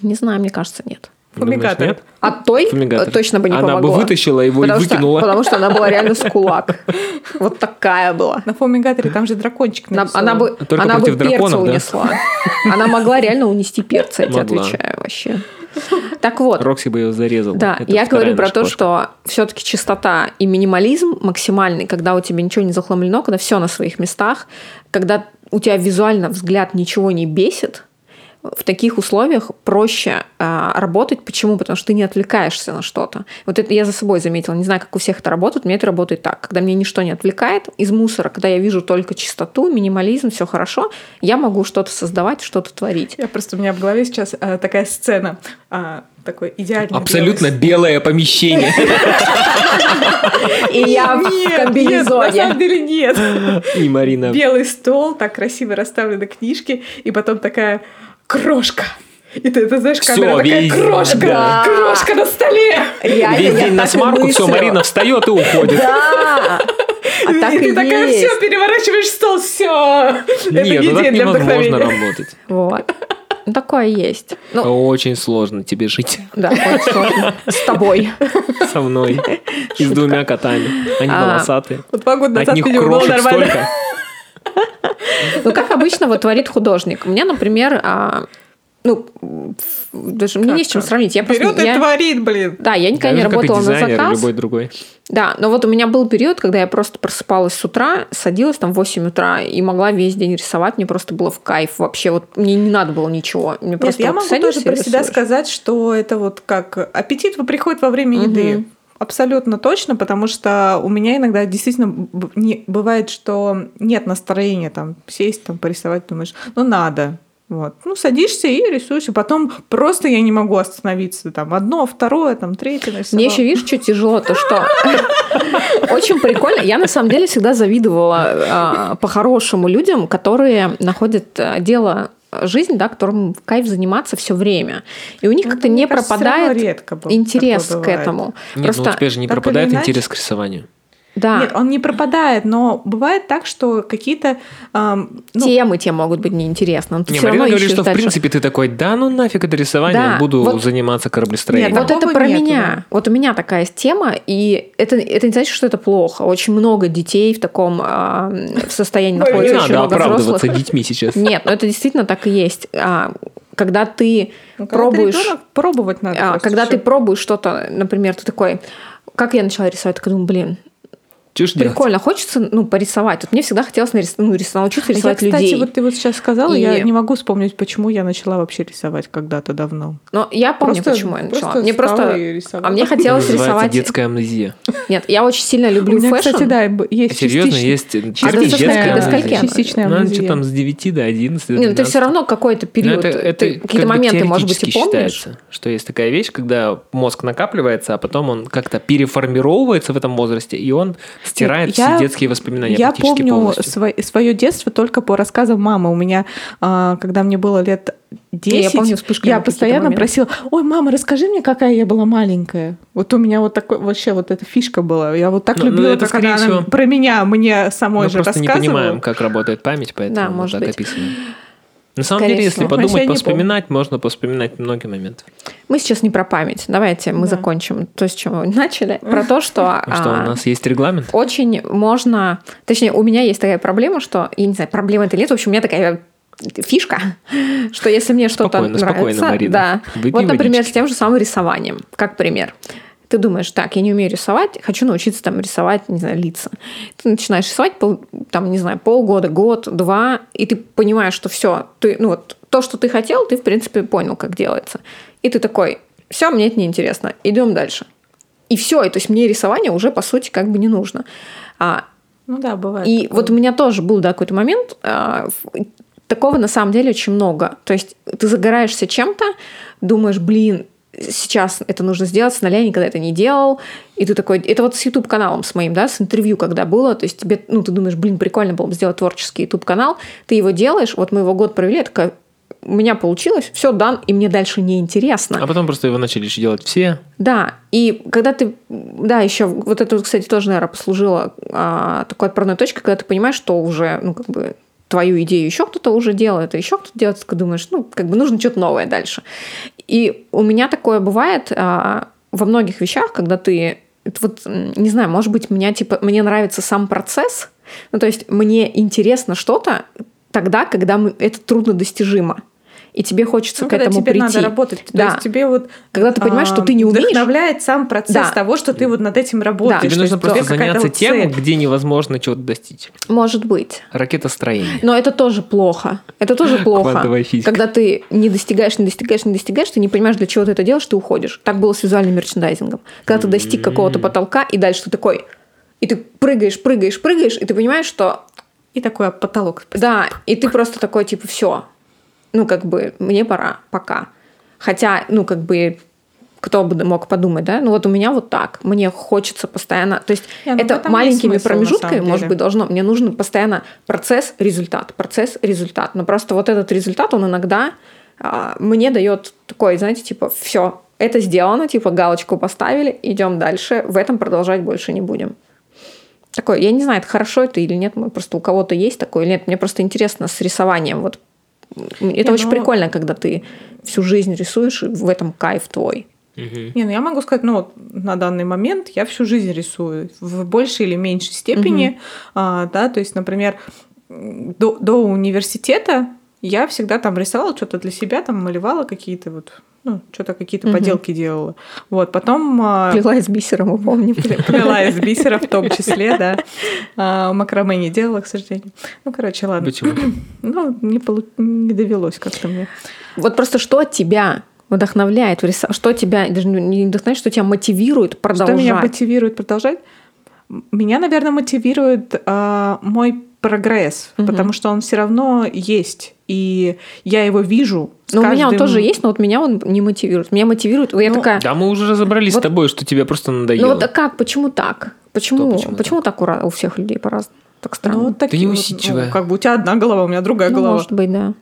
S1: Не знаю, мне кажется, нет.
S3: Думаешь,
S2: Фумигатор.
S3: нет?
S1: От той
S3: Фумигатор.
S1: э, точно бы не
S3: Она бы
S1: помогла.
S3: вытащила его и
S1: потому что-
S3: выкинула.
S1: потому что она была реально с кулак. Вот такая была.
S2: На фумигаторе там же дракончик
S1: Она,
S2: нарисован.
S1: она бы,
S3: Только
S1: она бы
S3: против драконов,
S1: перца
S3: да?
S1: унесла. Она могла реально унести перца, я тебе
S3: Могла.
S1: отвечаю вообще. Так вот,
S3: Рокси бы ее зарезал.
S1: Да, я говорю про то, что все-таки чистота и минимализм максимальный, когда у тебя ничего не захламлено, когда все на своих местах, когда у тебя визуально взгляд ничего не бесит, в таких условиях проще а, работать. Почему? Потому что ты не отвлекаешься на что-то. Вот это я за собой заметила. Не знаю, как у всех это работает. У меня это работает так. Когда меня ничто не отвлекает из мусора, когда я вижу только чистоту, минимализм, все хорошо, я могу что-то создавать, что-то творить.
S2: Я просто у меня в голове сейчас а, такая сцена, а, такой идеальный.
S3: Абсолютно
S2: белый-
S3: белое помещение.
S1: И я в
S2: Нет, нет, на самом
S1: комбинезоне.
S2: деле нет.
S3: И Марина.
S2: Белый стол, так красиво расставлены книжки, и потом такая крошка. И ты это знаешь,
S3: Всё,
S2: камера такая
S3: весь-
S2: крошка,
S1: да.
S2: крошка на столе.
S1: Реально,
S3: Весь
S1: я
S3: день на
S1: так и
S3: смарку, все,
S1: мыслила.
S3: Марина встает и уходит.
S1: Да! А так
S2: и ты
S1: и
S2: такая,
S1: есть.
S2: все, переворачиваешь стол, все. это
S3: Нет,
S2: не
S3: ну так
S2: день для
S3: невозможно
S2: вдохновения.
S3: работать.
S1: Вот. Ну, такое есть. Ну,
S3: Очень сложно тебе жить
S1: да, вот, собственно, с тобой.
S3: со мной и с двумя котами. Они
S1: А,
S3: волосатые.
S2: Вот два года
S3: От
S2: назад,
S3: них
S2: видимо, было
S3: крошек
S2: нормально.
S3: столько.
S1: Ну, как обычно, вот творит художник. Мне, например, а, ну, ф- даже мне не с чем сравнить. Я просто...
S2: Вперед и
S1: я-
S2: творит, блин.
S1: Да, я никогда не
S3: Даже как и
S1: работала на
S3: дизайнер, и
S1: заказ.
S3: любой другой.
S1: Да, но вот у меня был период, когда я просто просыпалась с утра, садилась там в 8 утра и могла весь день рисовать. Мне просто было в кайф вообще. Вот мне не надо было ничего. Мне
S2: Нет,
S1: просто
S2: я
S1: вот
S2: могу
S1: садишься
S2: тоже
S1: и
S2: про себя
S1: рисуешь.
S2: сказать, что это вот как аппетит приходит во время
S1: Мгм.
S2: еды. Абсолютно точно, потому что у меня иногда действительно б- не, бывает, что нет настроения там сесть, там порисовать, думаешь, ну надо. Вот. Ну, садишься и рисуешь, и потом просто я не могу остановиться. Там одно, второе, там третье нарисовала.
S1: Мне еще, видишь, что тяжело, то что очень прикольно. Я на самом деле всегда завидовала а, по-хорошему людям, которые находят а, дело жизнь, да, которым в кайф заниматься все время. И у них
S2: Ну,
S1: как-то
S2: мне
S1: не
S2: кажется, всё
S1: пропадает
S2: равно редко бу-
S1: интерес
S2: такое
S1: к
S2: бывает.
S1: этому.
S3: Нет, ну у
S1: Просто,
S3: тебя же не
S2: так или
S3: пропадает
S2: иначе-
S3: интерес к рисованию.
S1: да,
S2: Нет, он не пропадает, но бывает так, что какие-то... эм, ну,
S1: темы тебе могут быть неинтересны, но ты
S3: Не,
S1: все
S3: Марина
S1: равно
S3: говорит,
S1: ищешь
S3: что в
S1: дальше.
S3: принципе ты такой, да ну нафиг это
S1: Да,
S3: рисование, буду
S1: вот-
S3: заниматься
S2: Нет,
S3: кораблестроением.
S1: Вот это
S2: Такого
S1: про
S2: нету,
S1: меня.
S2: да.
S1: Вот у меня такая тема, и это, это не значит, что это плохо. Очень много детей в таком а, в состоянии
S2: Блин,
S1: находится,
S3: Не
S1: очень
S3: надо
S1: много взрослых.
S3: оправдываться детьми сейчас.
S1: Нет, ну это действительно так и есть. А, когда ты
S2: ну, когда ты
S1: пробуешь,
S2: ребёнок, пробовать надо.
S1: а,
S2: просто
S1: когда
S2: всё.
S1: ты пробуешь что-то, например, ты такой, как я начала рисовать, так думаю, блин,
S3: Чушь делать.
S1: прикольно, хочется, ну, порисовать. Вот мне всегда хотелось нарис- ну, рис- научиться
S2: А Я,
S1: рисовать
S2: кстати,
S1: людей.
S2: вот ты вот сейчас сказала,
S1: И-
S2: я не могу вспомнить, почему я начала вообще рисовать когда-то давно.
S1: Но я помню,
S2: Просто-
S1: почему я начала.
S2: просто
S1: Мне
S2: встала
S1: просто...
S2: и рисовала.
S1: А мне
S3: Это
S1: хотелось
S3: называется
S1: рисовать...
S3: детская амнезия.
S1: Нет, я очень сильно
S2: У
S1: люблю
S2: меня,
S1: фэшн.
S2: кстати, да, б- есть
S3: Серьезно,
S2: частично-
S3: А есть э,
S1: А
S3: чисто
S1: до скольки-
S3: детская
S1: до скольки
S3: амнезия.
S1: она?
S2: Частичная
S3: Ну,
S2: амнезия.
S3: что там с 9 до 11, до
S1: Не, ну, ты
S3: 12.
S1: все равно какой-то
S3: Ну,
S1: период,
S3: это- это
S1: ты
S3: как бы
S1: какие-то моменты, может быть, и
S3: теоретически
S1: помнишь.
S3: считается, что есть такая вещь, когда мозг накапливается, а потом он как-то переформировывается в этом возрасте, и он стирает
S2: Нет,
S3: все
S2: я-
S3: детские воспоминания
S2: Я
S3: практически
S2: помню
S3: полностью.
S2: свое детство только по рассказам мамы. У меня, а, когда мне было лет 10,
S1: Я помню вспышками
S2: я
S1: какие-то
S2: постоянно
S1: моменты.
S2: просила, ой, мама, расскажи мне, какая я была маленькая. Вот у меня вот такой, вообще вот эта фишка была. Я вот так
S3: Ну, ну,
S2: любила,
S3: это,
S2: как она
S3: скорее
S2: она
S3: всего,
S2: про меня, мне самой
S3: Мы
S2: же
S3: просто не
S2: рассказывала.
S3: понимаем, как работает память, поэтому
S1: Да,
S3: мы
S1: может
S3: так
S1: быть.
S3: описываем. На самом
S1: Скорее
S3: деле, если
S1: всего.
S2: Значит, я
S3: подумать,
S2: не помню.
S3: поспоминать, можно поспоминать многие моменты.
S1: Мы сейчас не про память. Давайте мы
S2: Да.
S1: закончим то, с чего мы начали. Про то, что...
S3: Потому что
S1: а,
S3: у нас есть регламент.
S1: очень можно... Точнее, у меня есть такая проблема, что... Я не знаю, проблема это или нет. В общем, у меня такая фишка, что если мне что-то
S3: Спокойно,
S1: нравится...
S3: спокойно, Марина.
S1: Да.
S3: Выпей
S1: вот, например,
S3: водички.
S1: с тем же самым рисованием. Как пример. Ты думаешь, так, я не умею рисовать, хочу научиться там рисовать, не знаю, лица. Ты начинаешь рисовать, пол- там, не знаю, полгода, год, два, и ты понимаешь, что все, ты, ну вот, то, что ты хотел, ты, в принципе, понял, как делается. И ты такой, все, мне это неинтересно, идем дальше. И все, и то есть мне рисование уже, по сути, как бы не нужно. А,
S2: Ну да, бывает.
S1: и
S2: такое.
S1: вот у меня тоже был да, какой-то момент. а, в- Такого на самом деле очень много. То есть ты загораешься чем-то, думаешь, блин, сейчас это нужно сделать, с нуля я никогда это не делал. И ты такой, это вот с YouTube-каналом с моим, да, с интервью, когда было, то есть тебе, ну, ты думаешь, блин, прикольно было бы сделать творческий YouTube-канал, ты его делаешь, вот мы его год провели, я такая, у меня получилось, все, дан, и мне дальше неинтересно.
S3: А потом просто его начали еще делать все.
S1: Да, и когда ты, да, еще вот это, вот, кстати, тоже, наверное, послужило а, такой отправной точкой, когда ты понимаешь, что уже, ну, как бы твою идею еще кто-то уже делает, а еще кто-то делает, ты такой думаешь, ну, как бы нужно что-то новое дальше. И у меня такое бывает а, во многих вещах, когда ты, это вот, м, не знаю, может быть, меня, типа, мне нравится сам процесс, ну, то есть мне интересно что-то тогда, когда мы- это трудно достижимо. И тебе хочется
S2: Ну,
S1: к этому
S2: тебе
S1: прийти.
S2: надо работать.
S1: Да.
S2: То есть тебе вот... а,
S1: Когда ты понимаешь, что ты не умеешь.
S2: Вдохновляет сам процесс
S1: Да.
S2: того, что ты вот над этим работаешь.
S1: Да,
S3: Тебе
S2: То
S3: нужно
S2: есть у тебя
S3: просто
S2: какая-то
S3: заняться
S2: вот
S3: тем,
S2: цель.
S3: где невозможно чего-то достичь.
S1: Может быть.
S3: Ракетостроение.
S1: Но это тоже плохо. Это тоже плохо.
S3: Квантовая физика.
S1: Когда ты не достигаешь, не достигаешь, не достигаешь, ты не понимаешь, для чего ты это делаешь, ты уходишь. Так было с визуальным мерчендайзингом. Когда ты достиг какого-то потолка, и дальше ты такой... И ты прыгаешь, прыгаешь, прыгаешь, и ты понимаешь, что...
S2: И такой потолок.
S1: Да, и ты просто такой, типа, все. Ну, как бы, мне пора, пока. Хотя, ну, как бы, кто бы мог подумать, да? Ну, вот у меня вот так. Мне хочется постоянно... То есть
S2: Не, ну, в этом
S1: это
S2: есть
S1: маленькими
S2: смысл, на
S1: промежутками,
S2: самом
S1: может
S2: деле.
S1: быть, должно. Мне нужен постоянно процесс, результат, процесс, результат. Но просто вот этот результат, он иногда а, мне дает такой, знаете, типа, все, это сделано, типа, галочку поставили, идем дальше, в этом продолжать больше не будем. Такой, я не знаю, это хорошо это или нет, мы просто у кого-то есть такое или нет. Мне просто интересно с рисованием. Вот М, это
S2: Не,
S1: очень
S2: ну-
S1: прикольно, когда ты всю жизнь рисуешь, и в этом кайф твой.
S3: Мгм.
S2: Не, ну я могу сказать, ну вот на данный момент я всю жизнь рисую в большей или меньшей степени, А, да, то есть, например, м, до, до университета я всегда там рисовала что-то для себя, там малевала какие-то вот, ну, что-то какие-то
S1: Мгм.
S2: поделки делала. Вот, потом... а,
S1: Плела из бисера, мы помним.
S2: Плела из бисера в том числе, да. А, макраме не делала, к сожалению. Ну, короче, ладно.
S3: Почему?
S2: Ну, не, полу- не довелось как-то мне.
S1: Вот просто что тебя вдохновляет, в рисо- что тебя, даже не не вдохновляет, что тебя мотивирует
S2: Что
S1: продолжать.
S2: меня мотивирует продолжать? М- Меня, наверное, мотивирует а, мой прогресс,
S1: Мгм.
S2: потому что он все равно есть, и я его вижу. с
S1: Ну, у меня он
S2: каждым-
S1: тоже есть, но вот меня он не мотивирует. Меня мотивирует, я
S2: Ну,
S1: такая,
S3: Да, мы уже разобрались
S1: Вот-
S3: с тобой, что тебе просто
S1: ну
S3: надоело.
S1: вот а как, почему так? Почему,
S3: почему
S1: почему, так, у ра- у всех людей по-разному? Так странно.
S2: Ну, вот такие вот, ну,
S3: неусидчивая.
S2: как бы у тебя одна голова, у меня другая
S1: Ну,
S2: голова.
S1: может быть, да.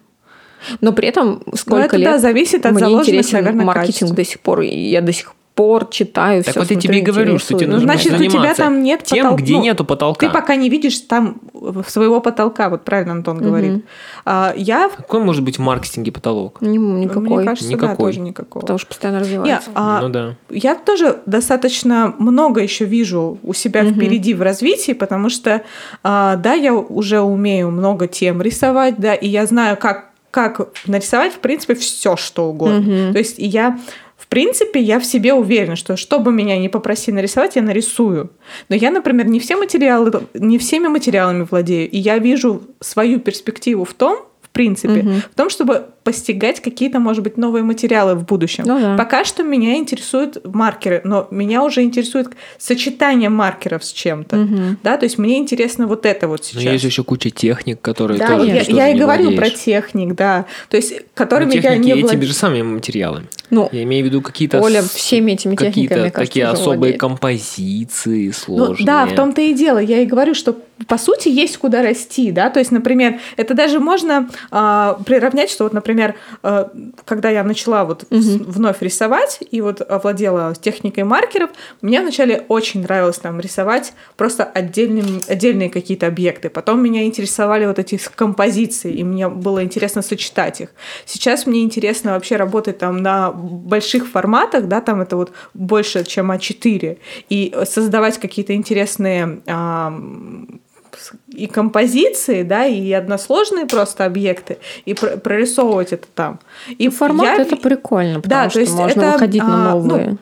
S1: Но при этом
S2: Но
S1: сколько
S2: это,
S1: лет
S2: да, зависит от
S1: мне
S2: заложенных,
S1: интересен
S2: наверное,
S1: маркетинг
S2: качеств.
S1: до сих пор. И я до сих пор читаю
S3: Так
S1: все.
S3: вот я тебе и говорю, что
S1: Ну,
S3: тебе нужно
S2: Значит, у тебя
S3: заниматься
S2: там нет
S3: тем,
S2: потол-
S3: где
S2: ну,
S3: нету потолка.
S2: Ты пока не видишь там э, своего потолка, вот правильно Антон говорит. А, я,
S3: Какой может быть в маркетинге потолок?
S1: ну, Никакой.
S2: Ну, мне кажется, да,
S3: Никакой.
S2: тоже никакого.
S1: Потому что постоянно
S2: Не,
S1: развивается.
S2: а,
S3: Ну да.
S2: Я тоже достаточно много еще вижу у себя
S1: Мгм.
S2: впереди в развитии, потому что, а, да, я уже умею много тем рисовать, да, и я знаю, как, как нарисовать, в принципе, все, что угодно.
S1: Мгм.
S2: То есть и я, в принципе, я в себе уверена, что что бы меня ни попроси нарисовать, я нарисую. Но я, например, не, все материалы, не всеми материалами владею, и я вижу свою перспективу в том, в принципе,
S1: Мгм.
S2: в том, чтобы постигать какие-то, может быть, новые материалы в будущем.
S1: Ну да.
S2: Пока что меня интересуют маркеры, но меня уже интересует сочетание маркеров с чем-то.
S1: Мгм.
S2: Да, то есть мне интересно вот это вот
S3: Но
S2: сейчас.
S3: есть же еще куча техник, которые
S1: Да,
S3: Ну, тоже
S2: я,
S3: ты
S2: я
S3: тоже
S2: и
S3: не
S2: говорю про
S3: владеешь.
S2: техник, да. То есть,
S3: Ну,
S2: которыми я
S3: техники
S2: не
S3: эти
S2: владею.
S3: же самыми материалами.
S1: Ну,
S3: Я имею в виду какие-то...
S1: Оля
S3: с-
S1: всеми этими техниками,
S3: Какие-то
S1: мне кажется,
S3: такие
S1: уже
S3: особые
S1: владеет.
S3: композиции сложные.
S2: Ну, да, в том-то и дело. Я и говорю, что по сути есть куда расти, да. То есть, например, это даже можно а, приравнять, что вот, например, э, когда я начала вот с- вновь рисовать и вот овладела техникой маркеров, мне вначале очень нравилось там рисовать просто отдельным, отдельные какие-то объекты. Потом меня интересовали вот эти композиции, и мне было интересно сочетать их. Сейчас мне интересно вообще работать там на больших форматах, да, там это вот больше, чем А4, и создавать какие-то интересные ам, с- и композиции, да, и односложные просто объекты, и пр- прорисовывать это там.
S1: И
S2: И
S1: Ну, формат
S2: я-
S1: это прикольно, потому
S2: то
S1: что
S2: есть
S1: можно
S2: это,
S1: выходить на
S2: а, ну,
S1: новые.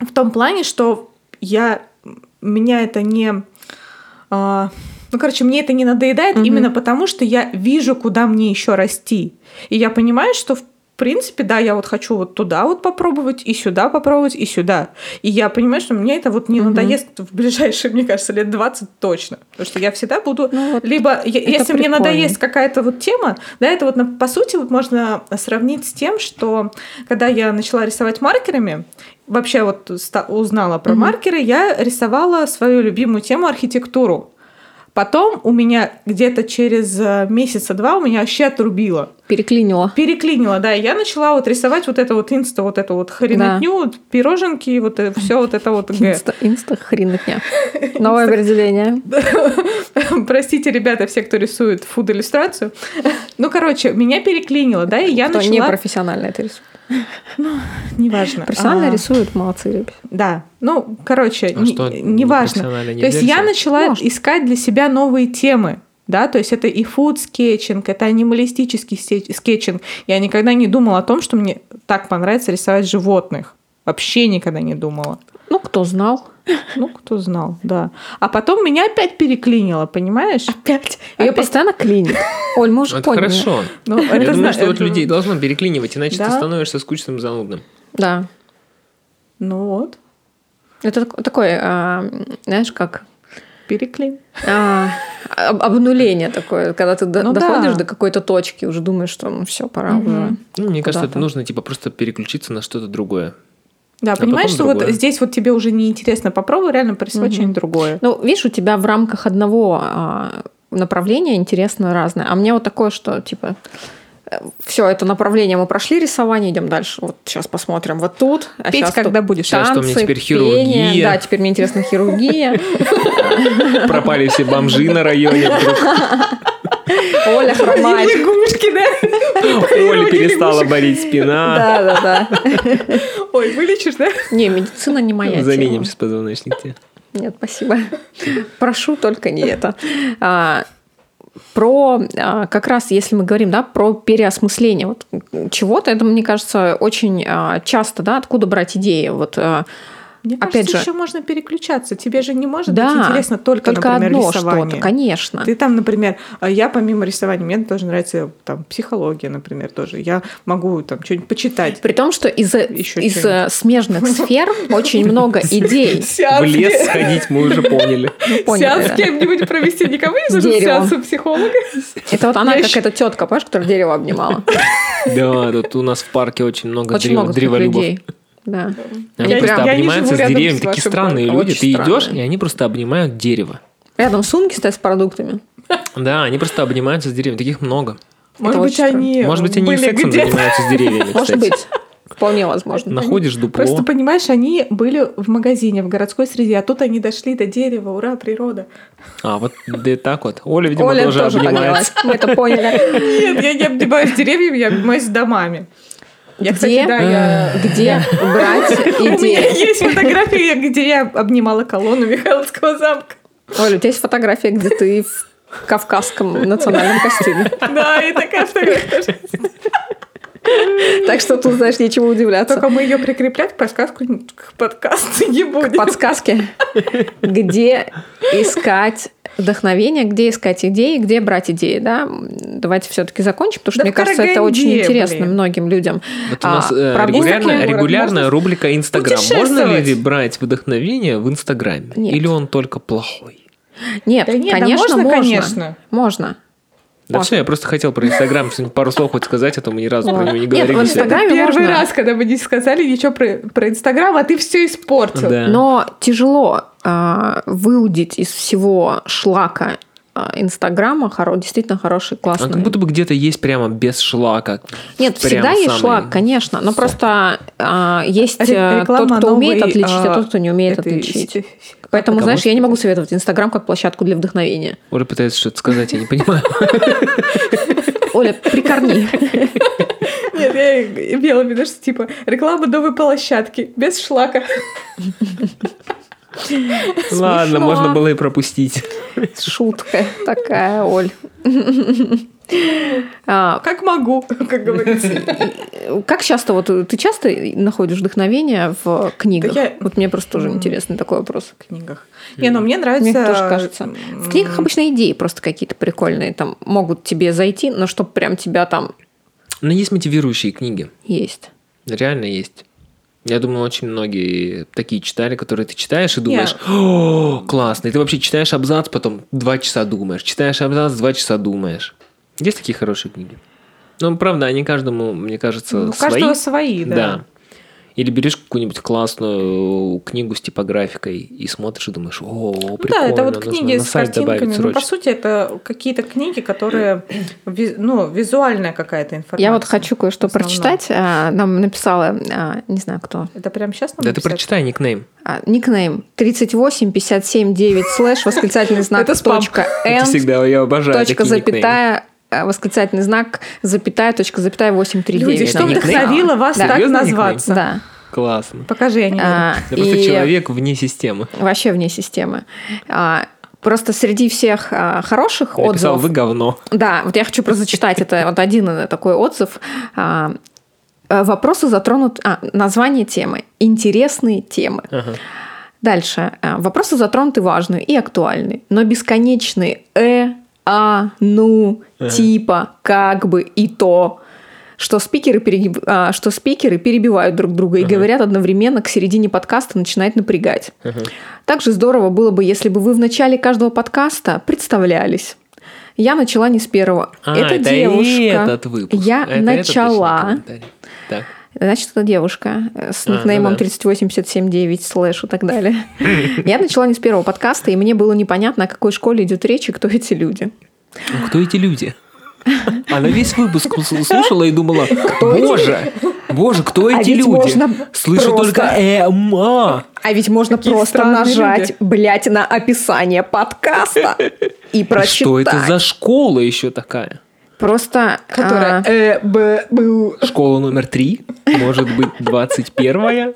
S2: в том плане, что я меня это не а, ну, короче, мне это не надоедает
S1: Мгм.
S2: именно потому, что я вижу, куда мне еще расти. И я понимаю, что в принципе, да, я вот хочу вот туда вот попробовать, и сюда попробовать, и сюда. И я понимаю, что мне это вот не
S1: Мгм.
S2: надоест в ближайшие, мне кажется, лет 20 точно. Потому что я всегда буду
S1: Ну вот,
S2: либо е-
S1: это
S2: если мне
S1: прикольно.
S2: надоест какая-то вот тема, да, это вот на- по сути вот можно сравнить с тем, что когда я начала рисовать маркерами, вообще вот ста- узнала про
S1: Мгм.
S2: маркеры, я рисовала свою любимую тему архитектуру. Потом у меня где-то через э, месяца два у меня вообще отрубило.
S1: переклинило.
S2: Переклинило, да, и я начала вот рисовать вот это вот инста, вот эту вот хренотню, вот пироженки, вот все вот это вот г.
S1: Инста, инста хренотня. Новое определение.
S2: Простите, ребята, все, кто рисует фуд-иллюстрацию. Ну, короче, меня переклинило, да, и я
S1: Кто не
S2: начала...
S1: профессионально это рисует.
S2: Неважно.
S1: Профессионально
S2: А,
S1: рисуют, молодцы, ребята.
S2: Да. Ну, короче,
S3: А что,
S2: не- неважно.
S3: профессионально
S2: То
S3: нельзя
S2: есть я
S3: рисовать?
S2: начала
S1: Можно.
S2: искать для себя новые темы. Да, то есть это и фуд-скетчинг, это анималистический сте- скетчинг. Я никогда не думала о том, что мне так понравится рисовать животных. Вообще никогда не думала.
S1: Ну, кто знал.
S2: Ну, кто знал, да. А потом меня опять переклинило, понимаешь?
S1: Опять. Ее
S2: Опять.
S1: постоянно клинит. Оль, мы уже
S3: Это
S1: поняли.
S3: хорошо.
S2: Ну, это
S3: А Я
S2: зна-
S3: думаю, что вот
S2: это-
S3: людей должно переклинивать, иначе ты
S2: Да.
S3: становишься скучным и занудным.
S1: Да.
S2: Ну вот,
S1: Это так- такой, а, знаешь, как
S2: переклин.
S1: а, об- обнуление такое, когда ты до-
S2: Ну да.
S1: доходишь до какой-то точки, уже думаешь, что ну все, пора
S2: Мгм.
S1: уже.
S3: Ну, мне кажется,
S1: Куда-то.
S3: это нужно типа просто переключиться на что-то другое.
S2: Да,
S3: А
S2: понимаешь,
S3: потом
S2: что
S3: другое.
S2: вот здесь вот тебе уже не интересно, попробуй реально порисовать
S1: Мгм.
S2: что-нибудь другое.
S1: Ну, видишь, у тебя в рамках одного а, направления интересно разное. А мне вот такое, что типа все это направление мы прошли рисование, идем дальше. Вот сейчас посмотрим вот тут. А
S2: Петь,
S1: щас тут
S2: когда будешь.
S3: Щас, что у меня
S1: танцы,
S3: теперь
S1: пение.
S3: хирургия.
S1: Да, теперь мне интересна хирургия.
S3: Пропали все бомжи на районе. вдруг
S1: Оля хромает.
S2: лягушки, да?
S3: Оля перестала болеть спина.
S1: Да, да, да.
S2: Ой, вылечишь, да?
S1: Не, медицина не моя. тема.
S3: Заменим сейчас позвоночник тебе.
S1: Нет, спасибо. Прошу только не это. А, про а, как раз, если мы говорим, да, про переосмысление вот, чего-то, это, мне кажется, очень а, часто, да, откуда брать идеи. Вот, а,
S2: Мне
S1: Опять
S2: кажется,
S1: же.
S2: еще можно переключаться. Тебе же не может
S1: да,
S2: быть интересно только, например,
S1: одно что-то,
S2: рисование.
S1: конечно.
S2: Ты там, например, а я помимо рисования, мне тоже нравится там психология, например, тоже. Я могу там что-нибудь почитать.
S1: При том, что из,
S2: Ещё
S1: из
S2: что-нибудь.
S1: э, смежных сфер очень много идей.
S2: Сеанс,
S3: В лес сходить мы уже поняли.
S1: Поняли, да?
S2: кем-нибудь провести. Никому не
S1: Деревом.
S2: психолога.
S1: Это вот она,
S2: Я
S1: как
S2: ещё-
S1: эта тетка, понимаешь, которая дерево обнимала.
S3: Да, тут у нас в парке очень много
S1: Очень много
S3: древ-
S1: таких
S3: древолюбов.
S1: людей. Да.
S3: Они
S2: Я не-
S3: просто
S2: я не
S3: обнимаются
S2: живу
S3: с
S2: рядом
S3: деревьями.
S2: с
S3: Такие
S2: вашим
S3: странные
S1: парком.
S3: люди.
S1: Очень
S3: Ты идешь, и
S1: странные.
S3: они просто обнимают дерево.
S1: Рядом сумки стоят с продуктами.
S3: Да, они просто обнимаются с деревьями. Таких много.
S2: Может
S1: Это
S2: быть,
S1: очень
S2: они
S3: Может быть, они
S2: ну,
S3: и
S2: были
S3: сексом
S2: где-то.
S3: занимаются с деревьями,
S1: Может
S3: Ну, кстати.
S1: быть, вполне возможно.
S3: Находишь
S2: Просто
S3: дупло.
S2: понимаешь, они были в магазине, в городской среде, а тут они дошли до дерева, ура, природа.
S3: А, вот да и так вот. Оля, видимо,
S1: Оля
S3: тоже
S1: тоже
S3: обнимается.
S1: поднялась. Мы это поняли.
S2: Нет, я не обнимаюсь деревьями, я обнимаюсь домами. Я, кстати,
S1: Где?
S2: да, я...
S1: Где брать
S2: У меня
S1: идеи?
S2: есть фотография, где я обнимала колонну Михайловского замка.
S1: Оля, у тебя есть фотография, где ты в кавказском национальном костюме.
S2: Да, и такая фотография. тоже.
S1: Так что тут, знаешь, нечего удивляться.
S2: Только мы ее прикреплять подсказку к подкасту не будем.
S1: Подсказки. Где искать вдохновение, где искать идеи, где брать идеи, да? Давайте все-таки закончим, потому что,
S2: Да
S1: мне
S2: в
S1: кажется, это
S2: Караганде,
S1: очень интересно
S2: блин.
S1: многим людям.
S3: Вот у
S1: А,
S3: нас э,
S1: про
S3: регулярно,
S1: Минский город
S3: регулярно
S2: можно
S3: рубрика Инстаграм. Можно
S2: путешествовать?
S3: ли брать вдохновение в Инстаграме?
S1: Нет.
S3: Или он только плохой?
S1: Нет,
S2: Да нет, да
S1: конечно,
S2: можно,
S1: можно.
S2: конечно.
S1: Можно.
S3: Да
S1: Можно.
S3: все, я просто хотел про Инстаграм что-нибудь пару слов хоть сказать, а то мы ни разу про
S1: Ой.
S3: него не
S1: Нет,
S3: говорили.
S1: в
S3: сегодня.
S1: Инстаграме
S2: Первый
S1: можно.
S2: раз, когда мы не сказали ничего про, про Инстаграм, а ты все испортил.
S3: Да.
S1: Но тяжело а, выудить из всего шлака а, Инстаграма хоро- действительно хороший, классный.
S3: А как будто бы где-то есть прямо без шлака.
S1: Нет,
S3: Прям
S1: всегда есть
S3: самый-
S1: шлак, конечно, но просто а, есть
S2: Ре-
S1: э, тот,
S2: реклама
S1: кто умеет
S2: новой,
S1: отличить, а
S2: а,
S1: тот, кто не умеет
S2: этой
S1: отличить.
S2: си-
S1: Поэтому,
S3: Потому
S1: знаешь, я
S3: что-
S1: не могу советовать Инстаграм как площадку для вдохновения.
S3: Уже пытается что-то сказать, я не понимаю.
S1: Оля, прикорми.
S2: Нет, я имела в виду, что типа реклама новой площадки без шлака.
S3: Ладно,
S1: Смешно.
S3: можно было и пропустить.
S1: Шутка такая, Оль. А,
S2: Как могу, как говорится.
S1: Как часто, вот э, ты часто находишь вдохновение в книгах?
S2: я-
S1: Вот мне просто тоже
S2: М.
S1: интересный такой вопрос.
S2: В книгах. Не, но мне нравится...
S1: Мне тоже кажется.
S2: м,
S1: В книгах обычно идеи просто какие-то прикольные там могут тебе зайти, но чтоб прям тебя там
S3: Но есть мотивирующие книги.
S1: есть.
S3: Реально есть. Я думаю, очень многие такие читали, которые ты читаешь и
S2: Не.
S3: думаешь, о, классно. И ты вообще читаешь абзац, потом два часа думаешь. Читаешь абзац, два часа думаешь. Есть такие хорошие книги? Ну, правда, они каждому, мне кажется,
S2: ну, У
S3: свои.
S2: каждого свои,
S3: да.
S2: да.
S3: Или берешь какую-нибудь классную книгу с типографикой и смотришь и думаешь, о,
S2: Ну Да,
S3: прикольно,
S2: это вот
S3: нужно
S2: книги
S3: на
S2: с
S3: сайт добавить
S2: картинками. Ну,
S3: срочно».
S2: по сути, это какие-то книги, которые ви- ну, визуальная какая-то информация.
S1: Я вот хочу кое-что
S2: в основном.
S1: прочитать. А, Нам написала, а, не знаю кто,
S2: Это прям сейчас
S3: Да ты прочитай никнейм.
S1: а, никнейм 38579 слэш восклицательный знак
S2: Это спам.
S1: точка
S3: Это
S1: n
S3: всегда, я обожаю
S1: точка
S3: такие никнеймы.
S1: запятая а, восклицательный знак запятая точка запятая 839.
S2: Люди, что
S3: на никнейм?
S2: вдохновило вас
S1: Да.
S2: так
S3: Серьезно, никнейм?
S2: назваться?
S1: Да.
S3: Классно.
S2: Покажи, я не верю.
S1: А,
S3: Да просто
S1: и-
S3: человек вне системы.
S1: Вообще вне системы. А, Просто среди всех а, хороших
S3: Написал,
S1: отзывов...
S3: вы говно.
S1: Да, вот я хочу просто зачитать это вот один э, такой отзыв. А, э, Вопросы затронут... А, название темы. Интересные темы.
S3: Ага.
S1: Дальше. А, Вопросы затронуты важные и актуальные, но бесконечные «э», «а», «ну»,
S3: Ага.
S1: «типа», «как бы» и «то», что спикеры, перегиб- а, что спикеры перебивают друг друга и
S3: Ага.
S1: говорят одновременно к середине подкаста начинает напрягать.
S3: Ага.
S1: Также здорово было бы, если бы вы в начале каждого подкаста представлялись. Я начала не с первого.
S3: А,
S1: это, девушка.
S3: этот выпуск.
S1: Я
S3: Это этот
S1: начала.
S3: точно комментарий. Так.
S1: Значит, это девушка э, с
S3: А, ну
S1: никнеймом
S3: да.
S1: 3879 слэш и так далее. Я начала не с первого подкаста, и мне было непонятно, о какой школе идет речь и кто эти люди.
S3: Ну, кто эти люди? Она весь выпуск сл- слушала и думала, боже, боже, кто
S1: А
S3: эти
S1: ведь
S3: люди?
S1: можно
S3: Слышу
S1: просто.
S3: только э, ма.
S1: А ведь можно
S2: Какие
S1: просто
S2: странные
S1: нажать,
S2: люди.
S1: блять, на описание подкаста и прочитать.
S3: Что это за школа еще такая?
S1: Просто... а,
S2: Которая э, б, б.
S3: Школа номер три, может быть, 21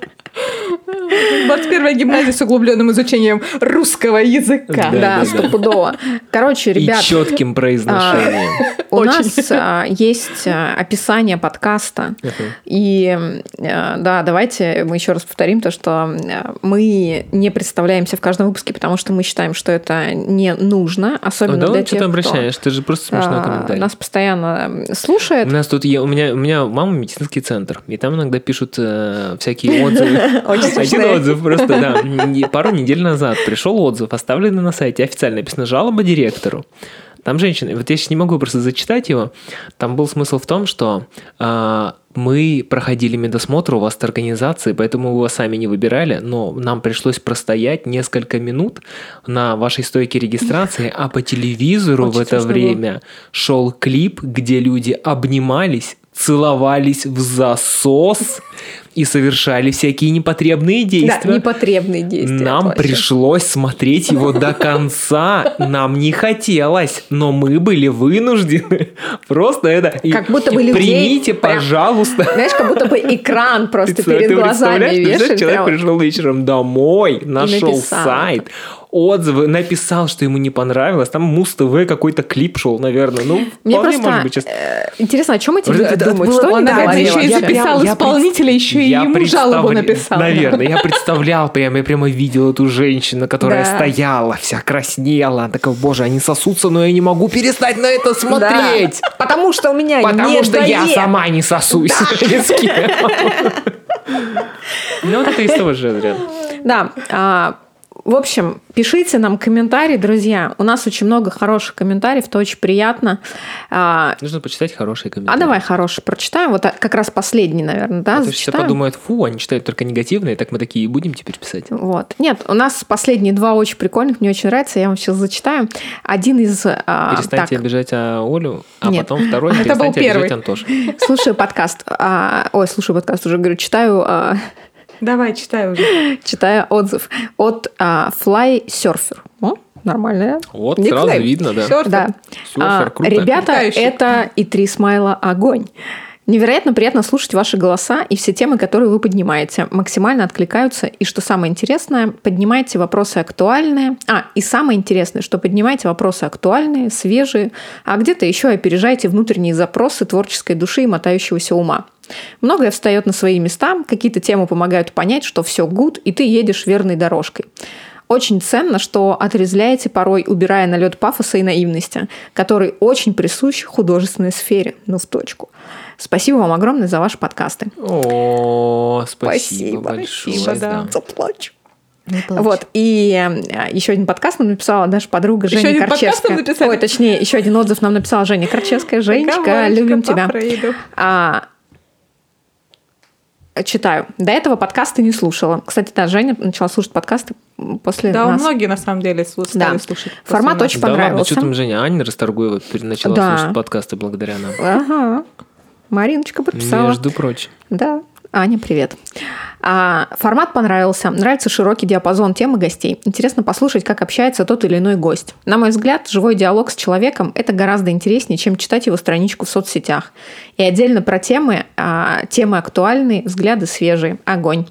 S2: 21 гимназия с углубленным изучением русского языка.
S3: Да, да,
S1: Да,
S3: да.
S1: стопудово. Короче,
S3: и
S1: ребят, а,
S3: четким произношением.
S1: у
S2: очень.
S1: нас а, есть а, описание подкаста.
S3: Ага.
S1: И э, да, давайте мы еще раз повторим то, что э, мы не представляемся в каждом выпуске, потому что мы считаем, что это не нужно,
S3: А
S1: особенно
S3: да
S1: для
S3: ладно,
S1: тех,
S3: что ты обращаешь? Ты же просто
S1: кто
S3: смешной
S1: э,
S3: комментарий.
S1: нас постоянно
S3: У
S1: слушает.
S3: нас тут я, у меня у меня мама медицинский центр, и там иногда пишут э, всякие отзывы.
S1: Очень
S3: Один
S1: смешные.
S3: отзыв просто, да. не- Пару недель назад пришел отзыв, оставленный на сайте, официально написано жалоба директору. Там женщина, вот я сейчас не могу просто зачитать его. Там был смысл в том, что э, мы проходили медосмотр у вас от организации, поэтому вы его сами не выбирали, но нам пришлось простоять несколько минут на вашей стойке регистрации, а по телевизору
S2: Очень
S3: в это
S2: смешно было.
S3: время время шел клип, где люди обнимались, целовались в засос и совершали всякие непотребные
S1: Да,
S3: действия.
S1: непотребные действия.
S3: Нам
S1: вообще.
S3: пришлось смотреть его до конца. Нам не хотелось, но мы были вынуждены. Просто это... и
S1: Как будто бы людей
S3: Примите,
S1: прям-
S3: пожалуйста.
S1: Знаешь, как будто бы экран просто
S3: Представь,
S1: перед
S3: ты
S1: глазами
S3: представляешь, представляешь,
S1: вешает.
S3: человек
S1: прям.
S3: пришел вечером домой, нашел
S1: написал
S3: сайт, отзывы, написал, что ему не понравилось. Там Муз ТВ какой-то клип шел, наверное. Ну,
S1: Мне
S3: вполне
S1: просто
S3: может быть, честно.
S1: э, типа, интересно, о чем эти
S3: Это-
S1: люди
S3: это
S1: думают?
S3: было-
S1: Что они
S2: Он,
S1: там
S2: наверное, еще и
S1: вообще?
S3: Я прям-
S2: записал
S3: я
S2: исполнителя, еще и
S3: Я
S2: ему жалобу
S3: представля-
S2: написал.
S3: Наверное, я представлял прям, я прямо видел эту женщину, которая
S1: Да.
S3: стояла, вся краснела. Она такая, боже, они сосутся, но я не могу перестать на это смотреть.
S1: Да. Потому что у меня
S3: Потому
S1: не
S3: что я
S1: дает.
S3: сама не сосусь. Ни с кем. Ну вот это из того же разряда.
S1: Да, а, В общем, пишите нам комментарии, друзья. У нас очень много хороших комментариев, это очень приятно. А,
S3: Нужно почитать хорошие
S1: а
S3: комментарии.
S1: давай хороший прочитаем. Вот а, как раз последний, наверное, да,
S3: а то все
S1: зачитаем.
S3: подумают, фу, они читают только негативные, так мы такие и будем теперь писать.
S1: Вот. Нет, у нас последние два очень прикольных, мне очень нравятся, я вам сейчас зачитаю. Один из... а,
S3: Перестаньте
S1: так,
S3: обижать а, Олю, а
S1: Нет.
S3: потом второй,
S2: Это был
S3: перестаньте
S2: первый.
S3: обижать Антоша.
S1: слушаю подкаст. а, ой, слушаю подкаст, уже говорю, читаю, а,
S2: Давай, читай уже.
S1: читаю отзыв от а, Fly Surfer. О, нормально, да?
S3: Вот,
S1: Никнейм.
S3: сразу видно, да.
S2: Всё,
S1: Да.
S3: Surfer,
S1: А,
S3: круто.
S1: Ребята,
S2: Летающий.
S1: это и три смайла огонь. Невероятно приятно слушать ваши голоса и все темы, которые вы поднимаете, максимально откликаются. И что самое интересное, поднимайте вопросы актуальные. А, и самое интересное, что поднимайте вопросы актуальные, свежие, а где-то еще и опережайте внутренние запросы творческой души и мотающегося ума. Многое встает на свои места, какие-то темы помогают понять, что все гуд, и ты едешь верной дорожкой. Очень ценно, что отрезляете порой, убирая налет пафоса и наивности, который очень присущ художественной сфере. Ну, в точку. Спасибо вам огромное за ваши подкасты.
S3: О, спасибо,
S1: Спасибо,
S3: большое.
S2: спасибо, да.
S3: да.
S1: Заплачу. Вот, и э, еще один подкаст нам написала наша подруга
S2: Еще
S1: Женя
S2: один подкаст нам
S1: Корчевская.
S2: написали?
S1: Ой, точнее, еще один отзыв нам написала Женя Корчевская. Женечка,
S2: Кавычка
S1: любим
S2: по
S1: тебя.
S2: Фрейду.
S1: А, читаю. До этого подкасты не слушала. Кстати, да, Женя начала слушать подкасты после
S2: Да,
S1: нас.
S2: многие на самом деле слу- стали
S1: Да.
S2: слушать. после
S1: Формат
S2: нас.
S1: очень
S3: Да ладно,
S1: понравился.
S3: что там Женя Аня Расторгуева пере- начала
S1: а? Да.
S3: слушать подкасты благодаря нам.
S1: Ага. Мариночка подписала.
S3: Между прочим.
S1: Да. Аня, привет. А, формат понравился. Нравится широкий диапазон тем и гостей. Интересно послушать, как общается тот или иной гость. На мой взгляд, живой диалог с человеком – это гораздо интереснее, чем читать его страничку в соцсетях. И отдельно про темы. а, темы актуальные, взгляды свежие. Огонь.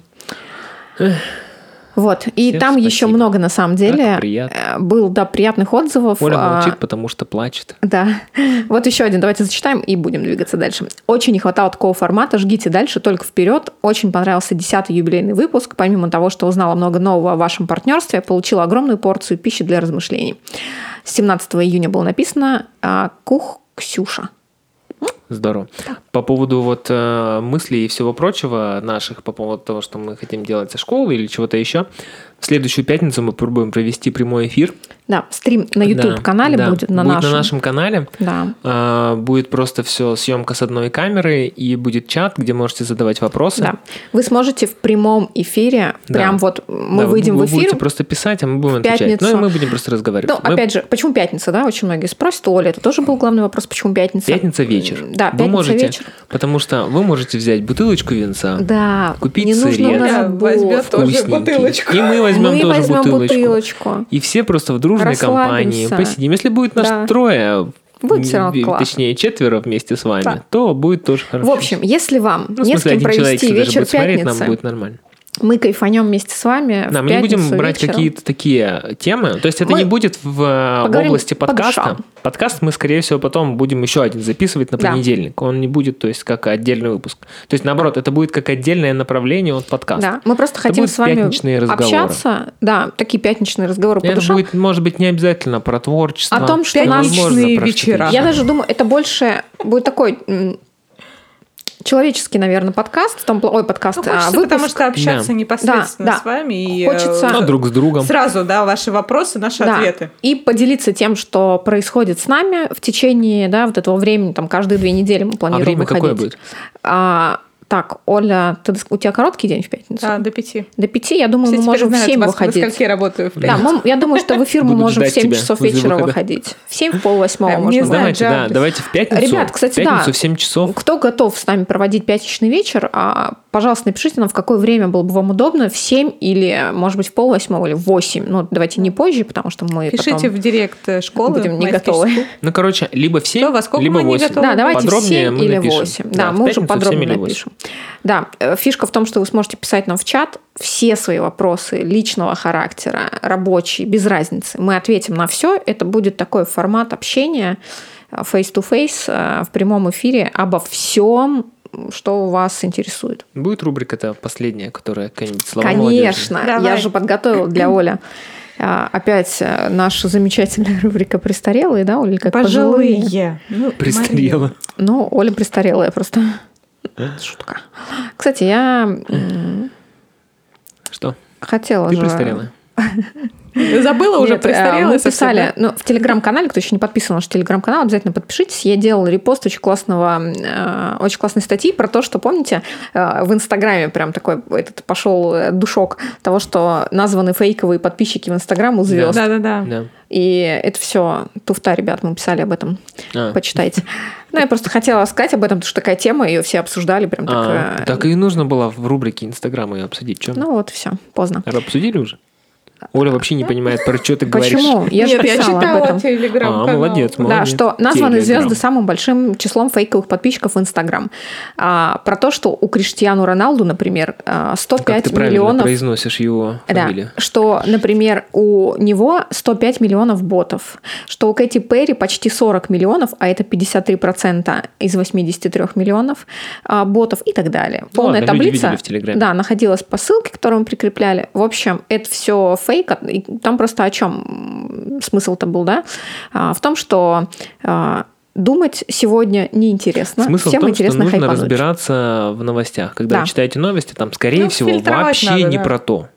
S1: Вот. И
S3: Всем
S1: там еще
S3: спасибо.
S1: много, на самом
S3: Так
S1: деле,
S3: приятно.
S1: э, был, да, приятных отзывов.
S3: Оля типа
S1: А,
S3: молчит, потому что плачет.
S1: да. Вот еще один. Давайте зачитаем и будем двигаться дальше. Очень не хватало такого формата. Жгите дальше, только вперед. Очень понравился 10-й юбилейный выпуск. Помимо того, что узнала много нового о вашем партнерстве, получила огромную порцию пищи для размышлений. 17 июня было написано а, «Кух Ксюша».
S3: Здорово. По поводу вот э, мыслей и всего прочего наших, по поводу того, что мы хотим делать со школы или чего-то еще, в следующую пятницу мы попробуем провести прямой эфир.
S1: Да, стрим на YouTube-канале
S3: Да, да.
S1: будет, на нашем.
S3: на нашем канале.
S1: Да.
S3: А, Будет просто все съемка с одной камеры и будет чат, где можете задавать вопросы.
S1: да. Вы сможете в прямом эфире,
S3: Да.
S1: прям вот мы
S3: Да, вы-
S1: выйдем
S3: вы
S1: в эфир,
S3: будете просто писать, а мы будем
S1: в
S3: отвечать. Ну и
S1: пятницу.
S3: мы будем просто разговаривать.
S1: Ну,
S3: Мы-
S1: опять же, почему пятница, да? Очень многие спросят. Оля, это тоже был главный вопрос, почему пятница?
S3: Пятница вечер.
S1: Да,
S3: Вы
S1: пятница
S3: можете,
S1: вечер.
S3: потому что вы можете взять бутылочку винца,
S1: Да,
S3: Купить
S1: не нужно
S3: сырец.
S1: у нас
S2: Оля
S1: бот.
S2: возьмет тоже
S3: вкусненький,
S2: бутылочку.
S3: и мы возьмем
S1: Мы
S3: тоже
S1: возьмем
S3: бутылочку.
S1: Ну, бутылочку.
S3: И все просто в дружной компании
S1: Расслабимся.
S3: посидим. Если будет нас
S1: Да.
S3: трое,
S1: Будет всё равно
S3: м,
S1: классно.
S3: Точнее, четверо вместе с вами,
S1: Да.
S3: то будет тоже хорошо.
S1: В общем, если вам
S3: ну, в
S1: не с кем
S3: смысле, один человек
S1: провести
S3: всегда же
S1: вечер
S3: будет смотреть,
S1: пятницы,
S3: нам будет нормально.
S1: мы кайфанем вместе с вами в
S3: Да, мы не будем
S1: пятницу
S3: брать
S1: вечером.
S3: какие-то такие темы. То есть это
S1: Мы
S3: не будет в э,
S1: поговорим
S3: области
S1: по
S3: подкаста.
S1: душам.
S3: Подкаст мы, скорее всего, потом будем еще один записывать на
S1: Да.
S3: понедельник. Он не будет, то есть, как отдельный выпуск. То есть, наоборот, это будет как отдельное направление от подкаста.
S1: Да, мы просто хотим
S3: будут
S1: с вами
S3: пятничные разговоры.
S1: общаться. Да, такие пятничные разговоры
S3: И
S1: по
S3: Это
S1: душам.
S3: будет, может быть, не обязательно про творчество.
S1: О том, что
S3: но,
S1: нас-
S3: возможно,
S2: Пятничные
S3: про что-то
S2: вечера.
S3: еще.
S1: Я даже думаю, это больше будет такой м, человеческий, наверное, подкаст. В том, пла- ой, подкаст,
S2: Ну,
S1: а,
S2: хочется,
S1: выпуск.
S2: потому что общаться
S3: Да.
S2: непосредственно
S1: Да, да.
S2: с вами. И,
S1: Хочется-
S2: э,
S3: Ну, друг с другом.
S2: Сразу, да, ваши вопросы, наши
S1: Да.
S2: ответы.
S1: И поделиться тем, что происходит с нами в течение, да, вот этого времени, там, каждые две недели мы
S3: А
S1: планируем
S3: время
S1: выходить.
S3: какое будет?
S1: А, так, Оля, ты дос- у тебя короткий день в пятницу?
S2: Да, до пяти.
S1: До пяти, я думаю,
S2: Все
S1: мы
S2: теперь
S1: можем
S2: знают,
S1: в семь
S2: во сколько-
S1: выходить.
S2: До скольки я работаю в
S1: Да,
S2: пятницу.
S1: мы- я думаю, что в эфир мы
S3: Буду
S1: можем в
S3: ждать
S1: 7
S3: тебя
S1: часов
S3: возле
S1: вечера
S3: выхода.
S1: выходить. В 7 в пол восьмого
S2: А,
S1: можно
S2: не
S1: было.
S2: знаю,
S3: Давайте, да,
S2: Джарвис.
S3: давайте в пятницу.
S1: Ребят, кстати,
S3: в пятницу
S1: да.
S3: в 7 часов.
S1: Кто готов с нами проводить пятничный вечер, а, пожалуйста, напишите нам, в какое время было бы вам удобно, в 7 или, может быть, в пол восьмого или в 8. Ну, давайте не позже, потому что мы
S2: Пишите
S1: потом...
S2: в директ э, школы.
S1: Будем не
S2: «Майский
S1: готовы.
S2: Чистый».
S3: Ну, короче, либо в 7,
S2: во сколько
S3: либо
S2: мы не
S3: 8.
S2: готовы?
S1: Да, давайте в
S3: подробнее
S1: 7
S3: мы
S1: или
S3: напишем.
S1: 8. Да,
S3: Да, в
S1: мы уже
S3: пятницу в 7
S1: подробно
S3: или 8.
S1: напишем. Да, э, фишка в том, что вы сможете писать нам в чат все свои вопросы личного характера, рабочие, без разницы. Мы ответим на все. Это будет такой формат общения face-to-face э, в прямом эфире обо всем, что вас интересует.
S3: Будет рубрика-то последняя, которая какая-нибудь слова молодежные?
S1: Конечно, я
S2: Давай.
S1: же подготовила для Оли. э, Опять э, наша замечательная рубрика «Престарелые», да, Оля, как пожилые.
S2: Пожилые. Ну, Мария.
S3: Престарела.
S1: Ну, Оля престарелая просто. Шутка. Кстати, я м,
S3: Что?
S1: хотела
S3: Ты
S1: же...
S3: престарелая?
S2: Забыла Ну, уже,
S1: Нет, э,
S2: престарела
S1: Мы
S2: совсем,
S1: писали,
S2: да?
S1: ну, в телеграм-канале, кто еще не подписан на наш телеграм-канал, обязательно подпишитесь. Я делала репост очень классного, э, очень классной статьи про то, что, помните, э, в Инстаграме прям такой этот пошел э, душок того, что названы фейковые подписчики в Инстаграм у звезд.
S2: Да-да-да.
S3: Да.
S1: И это все туфта, ребят, мы писали об этом.
S3: А.
S1: Почитайте. Ну, я просто хотела сказать об этом, потому что такая тема, ее все обсуждали прям
S3: А,
S1: так. э,
S3: так и нужно было в рубрике Инстаграма ее обсудить. Чем?
S1: Ну вот, все, поздно.
S3: Обсудили уже? Оля вообще не понимает, про что ты говоришь.
S1: Почему? Я же
S2: Нет, я
S1: писала об этом.
S2: читала телеграм-канал.
S3: А, молодец,
S1: Да,
S3: молодец.
S1: что названы
S3: Телеграм.
S1: звезды самым большим числом фейковых подписчиков в Инстаграм. А, про то, что у Криштиану Роналду, например, а,
S3: Как
S1: 105
S3: ты правильно
S1: миллионов...
S3: произносишь его
S1: Да,
S3: фамилию?
S1: что, например, у него 105 миллионов ботов, что у Кэти Перри почти 40 миллионов, а это 53% из 83 миллионов а, ботов и так далее. Полная
S3: Ну ладно, люди
S1: таблица.
S3: видели в Телеграме.
S1: да, находилась по ссылке, которую мы прикрепляли. В общем, это все фейк. а, И Там просто о чем смысл-то был, да? А, в том, что а, думать сегодня неинтересно.
S3: Смысл
S1: Ну, Всем
S3: в том, что
S1: интересно
S3: нужно
S1: хайпануть.
S3: разбираться в новостях. Когда
S1: Да.
S3: вы читаете новости, там, скорее
S2: Ну,
S3: всего,
S2: фильтровать
S3: вообще
S2: надо,
S3: не
S2: да.
S3: про то.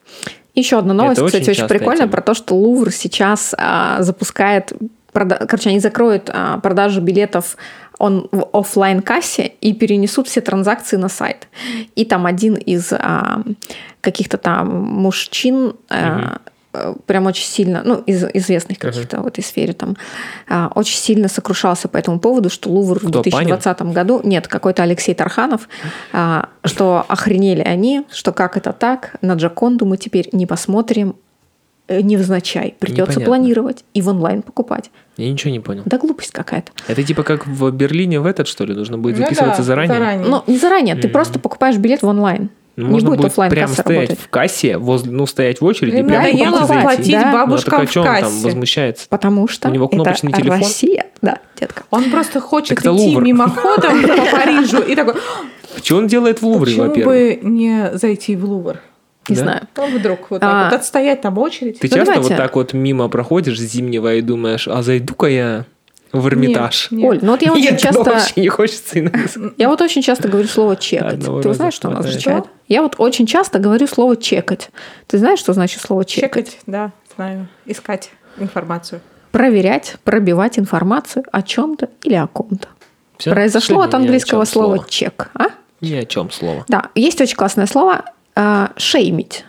S1: Еще одна новость,
S3: Это
S1: кстати,
S3: очень
S1: очень
S3: частая
S1: прикольная,
S3: тема.
S1: про то, что Лувр сейчас а, запускает, прода- короче, они закроют а, продажу билетов он в офлайн кассе и перенесут все транзакции на сайт. И там один из а, каких-то там мужчин а, э, прям очень сильно, ну, из известных
S3: Мгм.
S1: каких-то в этой сфере там, а, очень сильно сокрушался по этому поводу, что Лувр в
S3: Кто, Панин?
S1: 2020 году, нет, какой-то Алексей Тарханов, а, что охренели они, что как это так, на Джаконду мы теперь не посмотрим, э, невзначай, придется
S3: Непонятно.
S1: планировать и в онлайн покупать.
S3: Я ничего не понял.
S1: Да глупость какая-то.
S3: Это типа как в Берлине в этот, что ли? Нужно будет
S2: Ну да, Ну,
S3: записываться заранее?
S1: Но не заранее, ты
S3: Мгм.
S1: просто покупаешь билет в онлайн.
S3: Ну,
S1: не
S3: Можно
S1: будет
S3: будет
S1: оффлайн
S3: прям
S1: касса
S3: стоять
S1: работать.
S3: в кассе, возле, ну, стоять в очереди,
S2: Им
S3: прям
S1: надоело
S3: купить и зайти.
S1: платить
S2: платить
S1: Да.
S3: Ну, так
S2: бабушкам
S3: о
S2: в
S3: чем там
S2: кассе.
S3: возмущается?
S1: Потому что
S3: У него кнопочный
S1: это
S3: телефон?
S1: Россия. Да, детка.
S2: Он просто хочет
S3: Так это
S2: идти
S3: Лувр.
S2: мимоходом по Парижу и такой,
S3: Что он делает в Лувре,
S2: почему
S3: во-первых?
S2: бы не зайти в Лувр?
S1: Не
S3: Да?
S1: знаю.
S2: Ну, вдруг вот
S1: А.
S2: так вот отстоять там очередь.
S3: Ты
S1: Ну,
S3: часто
S1: давайте.
S3: вот так вот мимо проходишь зимнего и думаешь, а зайду-ка я в Эрмитаж?
S2: Нет.
S1: Оль, ну вот я очень
S3: Нет,
S1: часто...
S3: вообще не хочется иногда.
S1: Я вот очень часто говорю слово чекать.
S3: Одного
S1: Ты
S3: раза
S1: знаешь, что оно
S3: хватает.
S1: означает? Я вот очень часто говорю слово чекать. Ты знаешь, что значит слово чекать?
S2: Чекать, да, знаю. Искать информацию.
S1: Проверять, пробивать информацию о чем-то или о ком-то.
S3: Всё?
S1: Произошло
S3: Сегодня
S1: от
S3: ни о
S1: английского
S3: чём
S1: слова
S3: слово.
S1: чек. А?
S3: Ни о чем слово.
S1: Да, есть очень классное слово э, шеймить.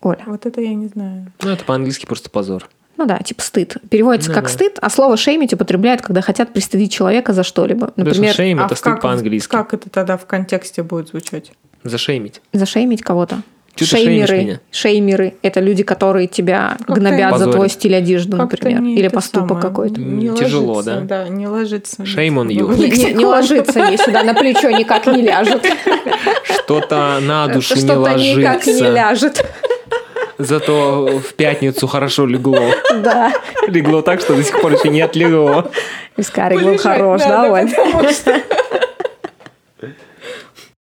S1: Оля.
S2: Вот это я не знаю.
S3: Ну, это по-английски просто позор.
S1: Ну да, типа стыд. Переводится
S3: Ну
S1: как
S3: да.
S1: стыд, а слово шеймить употребляют, когда хотят пристыдить человека за что-либо.
S3: Например,
S1: Например,
S3: шейм
S2: А
S3: это
S2: в
S3: стыд
S2: как-
S3: по-английски.
S2: Как это тогда в контексте будет звучать?
S3: Зашеймить.
S1: зашеймить кого-то.
S3: Чё ты шеймишь меня?
S1: шеймеры, шеймеры – это люди, которые тебя
S2: Как-то
S1: гнобят за
S3: Позорят.
S1: твой стиль одежды,
S2: Как-то
S1: Ну, например,
S2: не
S1: или
S2: это
S1: поступок
S2: самое.
S1: какой-то.
S2: Не
S3: Тяжело,
S2: ложится, Да, не ложится.
S3: Shame on you.
S2: Ну,
S1: Не, не- не ложится ей сюда, на плечо никак не ляжет.
S3: Что-то на душу А не
S1: Что-то никак не
S3: ложится.
S1: ляжет.
S3: Зато в пятницу хорошо легло.
S1: Да.
S3: Легло так, что до сих пор еще не отлегло.
S1: Вискарик был
S2: Полежать
S1: хорош, да,
S2: надо,
S1: Вань?
S2: потому что